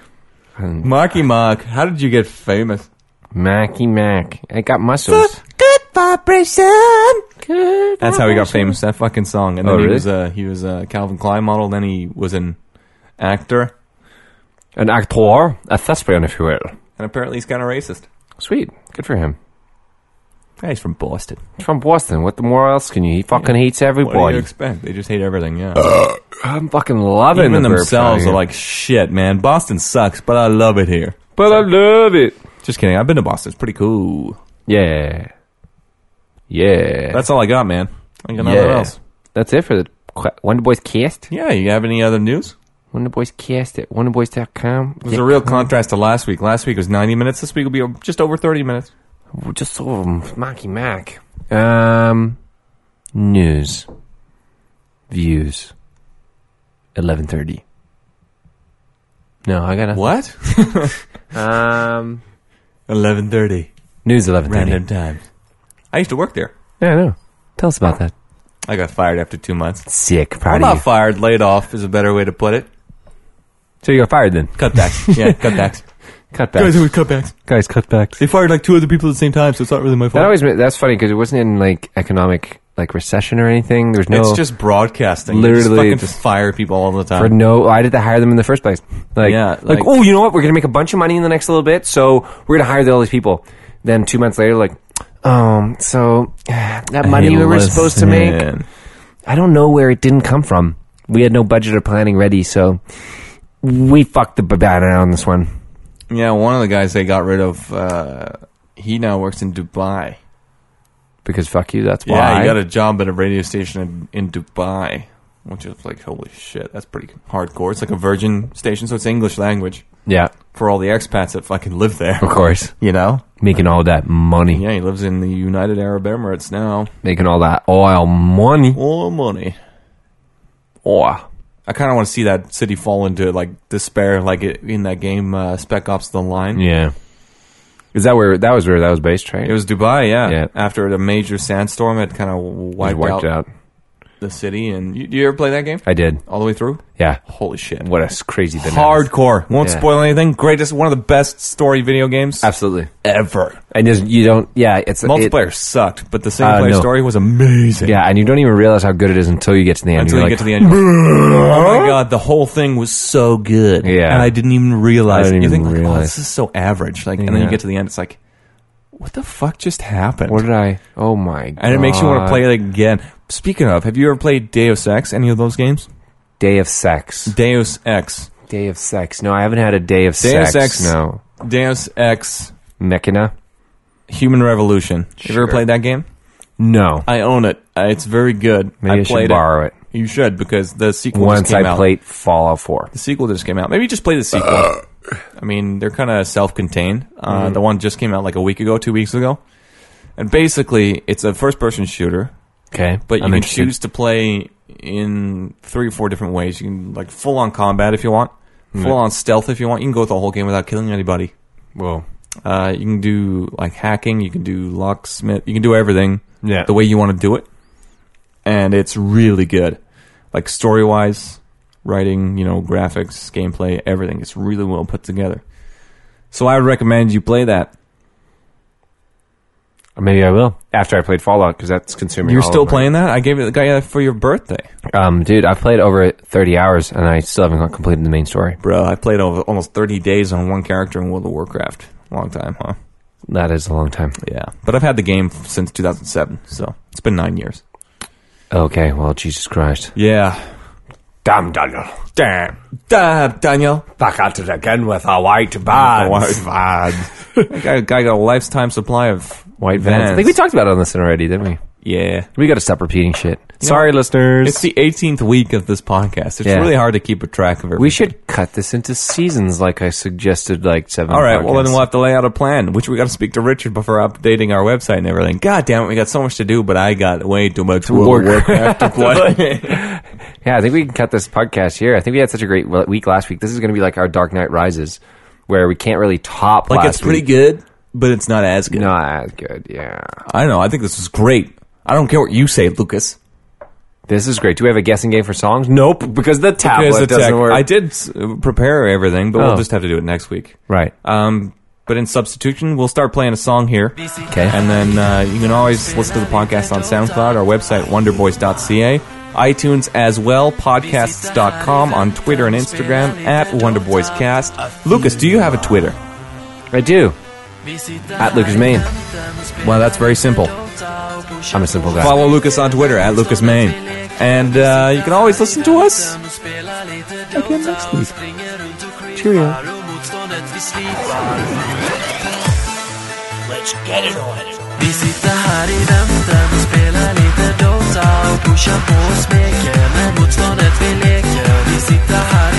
Speaker 1: Marky Mark, how did you get famous?
Speaker 2: Mackey Mac. It got muscles.
Speaker 1: Good vibration. Good. That's how he got famous. That fucking song. And then
Speaker 2: Oh,
Speaker 1: he
Speaker 2: really?
Speaker 1: was a he was a Calvin Klein model. Then he was an actor,
Speaker 2: An actor, a thespian, if you will.
Speaker 1: and apparently he's kind of racist.
Speaker 2: Sweet. Good for him.
Speaker 1: Yeah, he's from Boston.
Speaker 2: He's from Boston. What the more else can you? He fucking hates
Speaker 1: What do
Speaker 2: everybody.
Speaker 1: you expect? They just hate everything. Yeah.
Speaker 2: I'm fucking loving
Speaker 1: Even
Speaker 2: the burp out
Speaker 1: themselves
Speaker 2: here.
Speaker 1: are like, shit, man. Boston sucks, but I love it here.
Speaker 2: but I love it.
Speaker 1: Just kidding. I've been to Boston. It's pretty cool.
Speaker 2: Yeah. Yeah.
Speaker 1: That's all I got, man. I got nothing
Speaker 2: Yeah.
Speaker 1: else.
Speaker 2: That's it for the qu- Wonder Boys cast.
Speaker 1: Yeah, you have any other news?
Speaker 2: Wonder Boys cast at wonderboys.com.
Speaker 1: It was a real contrast to last week. Last week was 90 minutes. This week will be just over 30 minutes.
Speaker 2: Just sort of Macky Mac. Um, news, views. Eleven thirty. No, I gotta.
Speaker 1: What?
Speaker 2: Um,
Speaker 1: 11.30.
Speaker 2: news eleven
Speaker 1: Random
Speaker 2: thirty.
Speaker 1: times. I used to work there.
Speaker 2: Yeah, I know. Tell us about that.
Speaker 1: I got fired after two months.
Speaker 2: Sick.
Speaker 1: I'm
Speaker 2: Proud of
Speaker 1: not
Speaker 2: you.
Speaker 1: fired. Laid off is a better way to put it.
Speaker 2: so you got fired then?
Speaker 1: Cutbacks. yeah, cutbacks.
Speaker 2: Cutbacks.
Speaker 1: Guys, it was cutbacks.
Speaker 2: guys cutbacks.
Speaker 1: They fired like two other people at the same time, so it's not really my fault.
Speaker 2: That always ma- that's funny because it wasn't in like economic like recession or anything. There's no.
Speaker 1: It's just broadcasting. You just
Speaker 2: Literally
Speaker 1: fucking
Speaker 2: just-
Speaker 1: fire people all the
Speaker 2: for
Speaker 1: time.
Speaker 2: no why did they hire them in the first place like
Speaker 1: Yeah,
Speaker 2: like,
Speaker 1: like-
Speaker 2: oh you know what we're gonna make a bunch of money in the next little bit so we're gonna hire all these people then two months later like um so that money we were supposed to make i don't know where it didn't come from we had no budget or planning ready so we fucked the banana on this one
Speaker 1: Yeah, one of the guys they got rid of, uh, he now works in Dubai.
Speaker 2: because fuck you that's why
Speaker 1: Yeah, he got a job at a radio station in, in Dubai, which is like, holy shit, that's pretty hardcore. It's like a virgin station, so it's English language
Speaker 2: yeah
Speaker 1: for all the expats that fucking live there.
Speaker 2: of course
Speaker 1: You know?
Speaker 2: making all that money
Speaker 1: Yeah, he lives in the United Arab Emirates now.
Speaker 2: making all that oil money
Speaker 1: All money.
Speaker 2: oil
Speaker 1: I kind of want to see that city fall into like despair, like it, in that game uh, Spec Ops: The Line.
Speaker 2: yeah is that where that was where that was based right
Speaker 1: It was Dubai, yeah.
Speaker 2: Yeah.
Speaker 1: After a major sandstorm, it kind of wiped, out, the city. And you, you ever play that game
Speaker 2: I did.
Speaker 1: all the way through?
Speaker 2: Yeah.
Speaker 1: Holy shit!
Speaker 2: What a s- crazy thing.
Speaker 1: hardcore? Won't
Speaker 2: Yeah.
Speaker 1: spoil anything. Greatest, one of the best story video games
Speaker 2: Absolutely.
Speaker 1: ever.
Speaker 2: And just you don't. Yeah, it's it-
Speaker 1: Multiplayer sucked, but the single
Speaker 2: Uh,
Speaker 1: player
Speaker 2: no.
Speaker 1: story was amazing.
Speaker 2: yeah, and you don't even realize how good it is until you get to the end.
Speaker 1: Until you
Speaker 2: You're
Speaker 1: get to
Speaker 2: like,
Speaker 1: the end, you're like, oh my god, the whole thing was so good.
Speaker 2: Yeah.
Speaker 1: and I didn't even realize.
Speaker 2: I
Speaker 1: it.
Speaker 2: didn't
Speaker 1: you
Speaker 2: even
Speaker 1: think like, oh,
Speaker 2: realize.
Speaker 1: this is so average. Like, and then you
Speaker 2: Yeah.
Speaker 1: get to the end, it's like, what the fuck just happened?
Speaker 2: What did I? Oh my god!
Speaker 1: and it makes you want to play it again. Speaking of, have you ever played Deus Ex? Any of those games?
Speaker 2: Day of Sex.
Speaker 1: Deus Ex.
Speaker 2: Day of Sex. No, I haven't had a Day of
Speaker 1: Deus
Speaker 2: Sex.
Speaker 1: Ex.
Speaker 2: No.
Speaker 1: Deus Ex
Speaker 2: Mechina.
Speaker 1: Human Revolution. Have you ever
Speaker 2: Sure.
Speaker 1: played that game?
Speaker 2: No.
Speaker 1: I own it. Uh, it's very good.
Speaker 2: Maybe I,
Speaker 1: I
Speaker 2: should
Speaker 1: played
Speaker 2: borrow it,
Speaker 1: You should because the sequel
Speaker 2: once
Speaker 1: just came
Speaker 2: I
Speaker 1: out.
Speaker 2: played Fallout Four.
Speaker 1: The sequel just came out. Maybe just play the sequel.
Speaker 2: Uh.
Speaker 1: I mean, they're kind of self-contained. Uh,
Speaker 2: Mm-hmm.
Speaker 1: The one just came out like a week ago, two weeks ago, and basically it's a first-person shooter,
Speaker 2: Okay,
Speaker 1: but you
Speaker 2: I'm
Speaker 1: can
Speaker 2: interested.
Speaker 1: choose to play in three or four different ways. You can like full-on combat if you want,
Speaker 2: Mm-hmm.
Speaker 1: full-on stealth if you want. You can go the whole game without killing anybody.
Speaker 2: Well,
Speaker 1: Uh, you can do like hacking. You can do locksmith. You can do everything
Speaker 2: yeah.
Speaker 1: the way you want to do it, and it's really good. Like story wise, writing, you know, graphics, gameplay, everything. It's really well put together. So I would recommend you play that.
Speaker 2: Maybe I will after I played Fallout because that's consuming.
Speaker 1: You're
Speaker 2: all of
Speaker 1: still
Speaker 2: my-
Speaker 1: playing that? I gave it the guy for your birthday,
Speaker 2: Um, dude, I've played over 30 hours and I still haven't completed the main story.
Speaker 1: bro. I played over almost 30 days on one character in World of Warcraft. Long time, huh?
Speaker 2: That is a long time.
Speaker 1: Yeah, but I've had the game f- since 2007, so it's been nine years.
Speaker 2: Okay, well, Jesus Christ.
Speaker 1: Yeah.
Speaker 8: Damn, Daniel.
Speaker 1: Damn. Da, Daniel.
Speaker 8: Back at it again with our white band.
Speaker 1: Guy, guy got a lifetime supply of
Speaker 2: White vans. I think we talked about it on this one already, didn't we?
Speaker 1: Yeah.
Speaker 2: We got to stop repeating shit. Sorry, listeners.
Speaker 1: It's the 18th week of this podcast. It's
Speaker 2: Yeah.
Speaker 1: really hard to keep a track of everything.
Speaker 2: we should cut this into seasons, like I suggested, like seven.
Speaker 1: All right, well then
Speaker 2: podcasts.
Speaker 1: we'll have to lay out a plan, which we got to speak to Richard before updating our website and everything. God damn it, we got so much to do, but I got way too much work.
Speaker 2: Yeah, I think we can cut this podcast here. I think we had such a great we- week last week. This is going to be like our Dark Knight Rises, where we can't really top.
Speaker 1: like
Speaker 2: last
Speaker 1: it's pretty
Speaker 2: week.
Speaker 1: good, but it's not as good.
Speaker 2: Not as good. Yeah,
Speaker 1: I know. I think this is great. I don't care what you say, Lucas.
Speaker 2: this is great. Do we have a guessing game for songs? Nope, because the tablet
Speaker 1: Here's the
Speaker 2: doesn't
Speaker 1: tech.
Speaker 2: work.
Speaker 1: I did s- prepare everything, but
Speaker 2: Oh.
Speaker 1: we'll just have to do it next week.
Speaker 2: right.
Speaker 1: Um, but in substitution, we'll start playing a song here.
Speaker 2: Okay.
Speaker 1: And then uh, you can always listen to the podcast on SoundCloud, our website, wonderboys.ca, iTunes as well, podcasts.com, on Twitter and Instagram, at wonderboyscast. Lucas, do you have a Twitter?
Speaker 2: I do. At Lucas Main,
Speaker 1: Well, that's very simple.
Speaker 2: I'm a simple guy.
Speaker 1: Follow Lucas on Twitter, at Lucas Main. And uh, you can always listen to us again next week. Cheerio.
Speaker 9: Vi sitter her i venten, spiller lite Dota og pusher på og smeker, men motståndet vi leker. Vi sitter her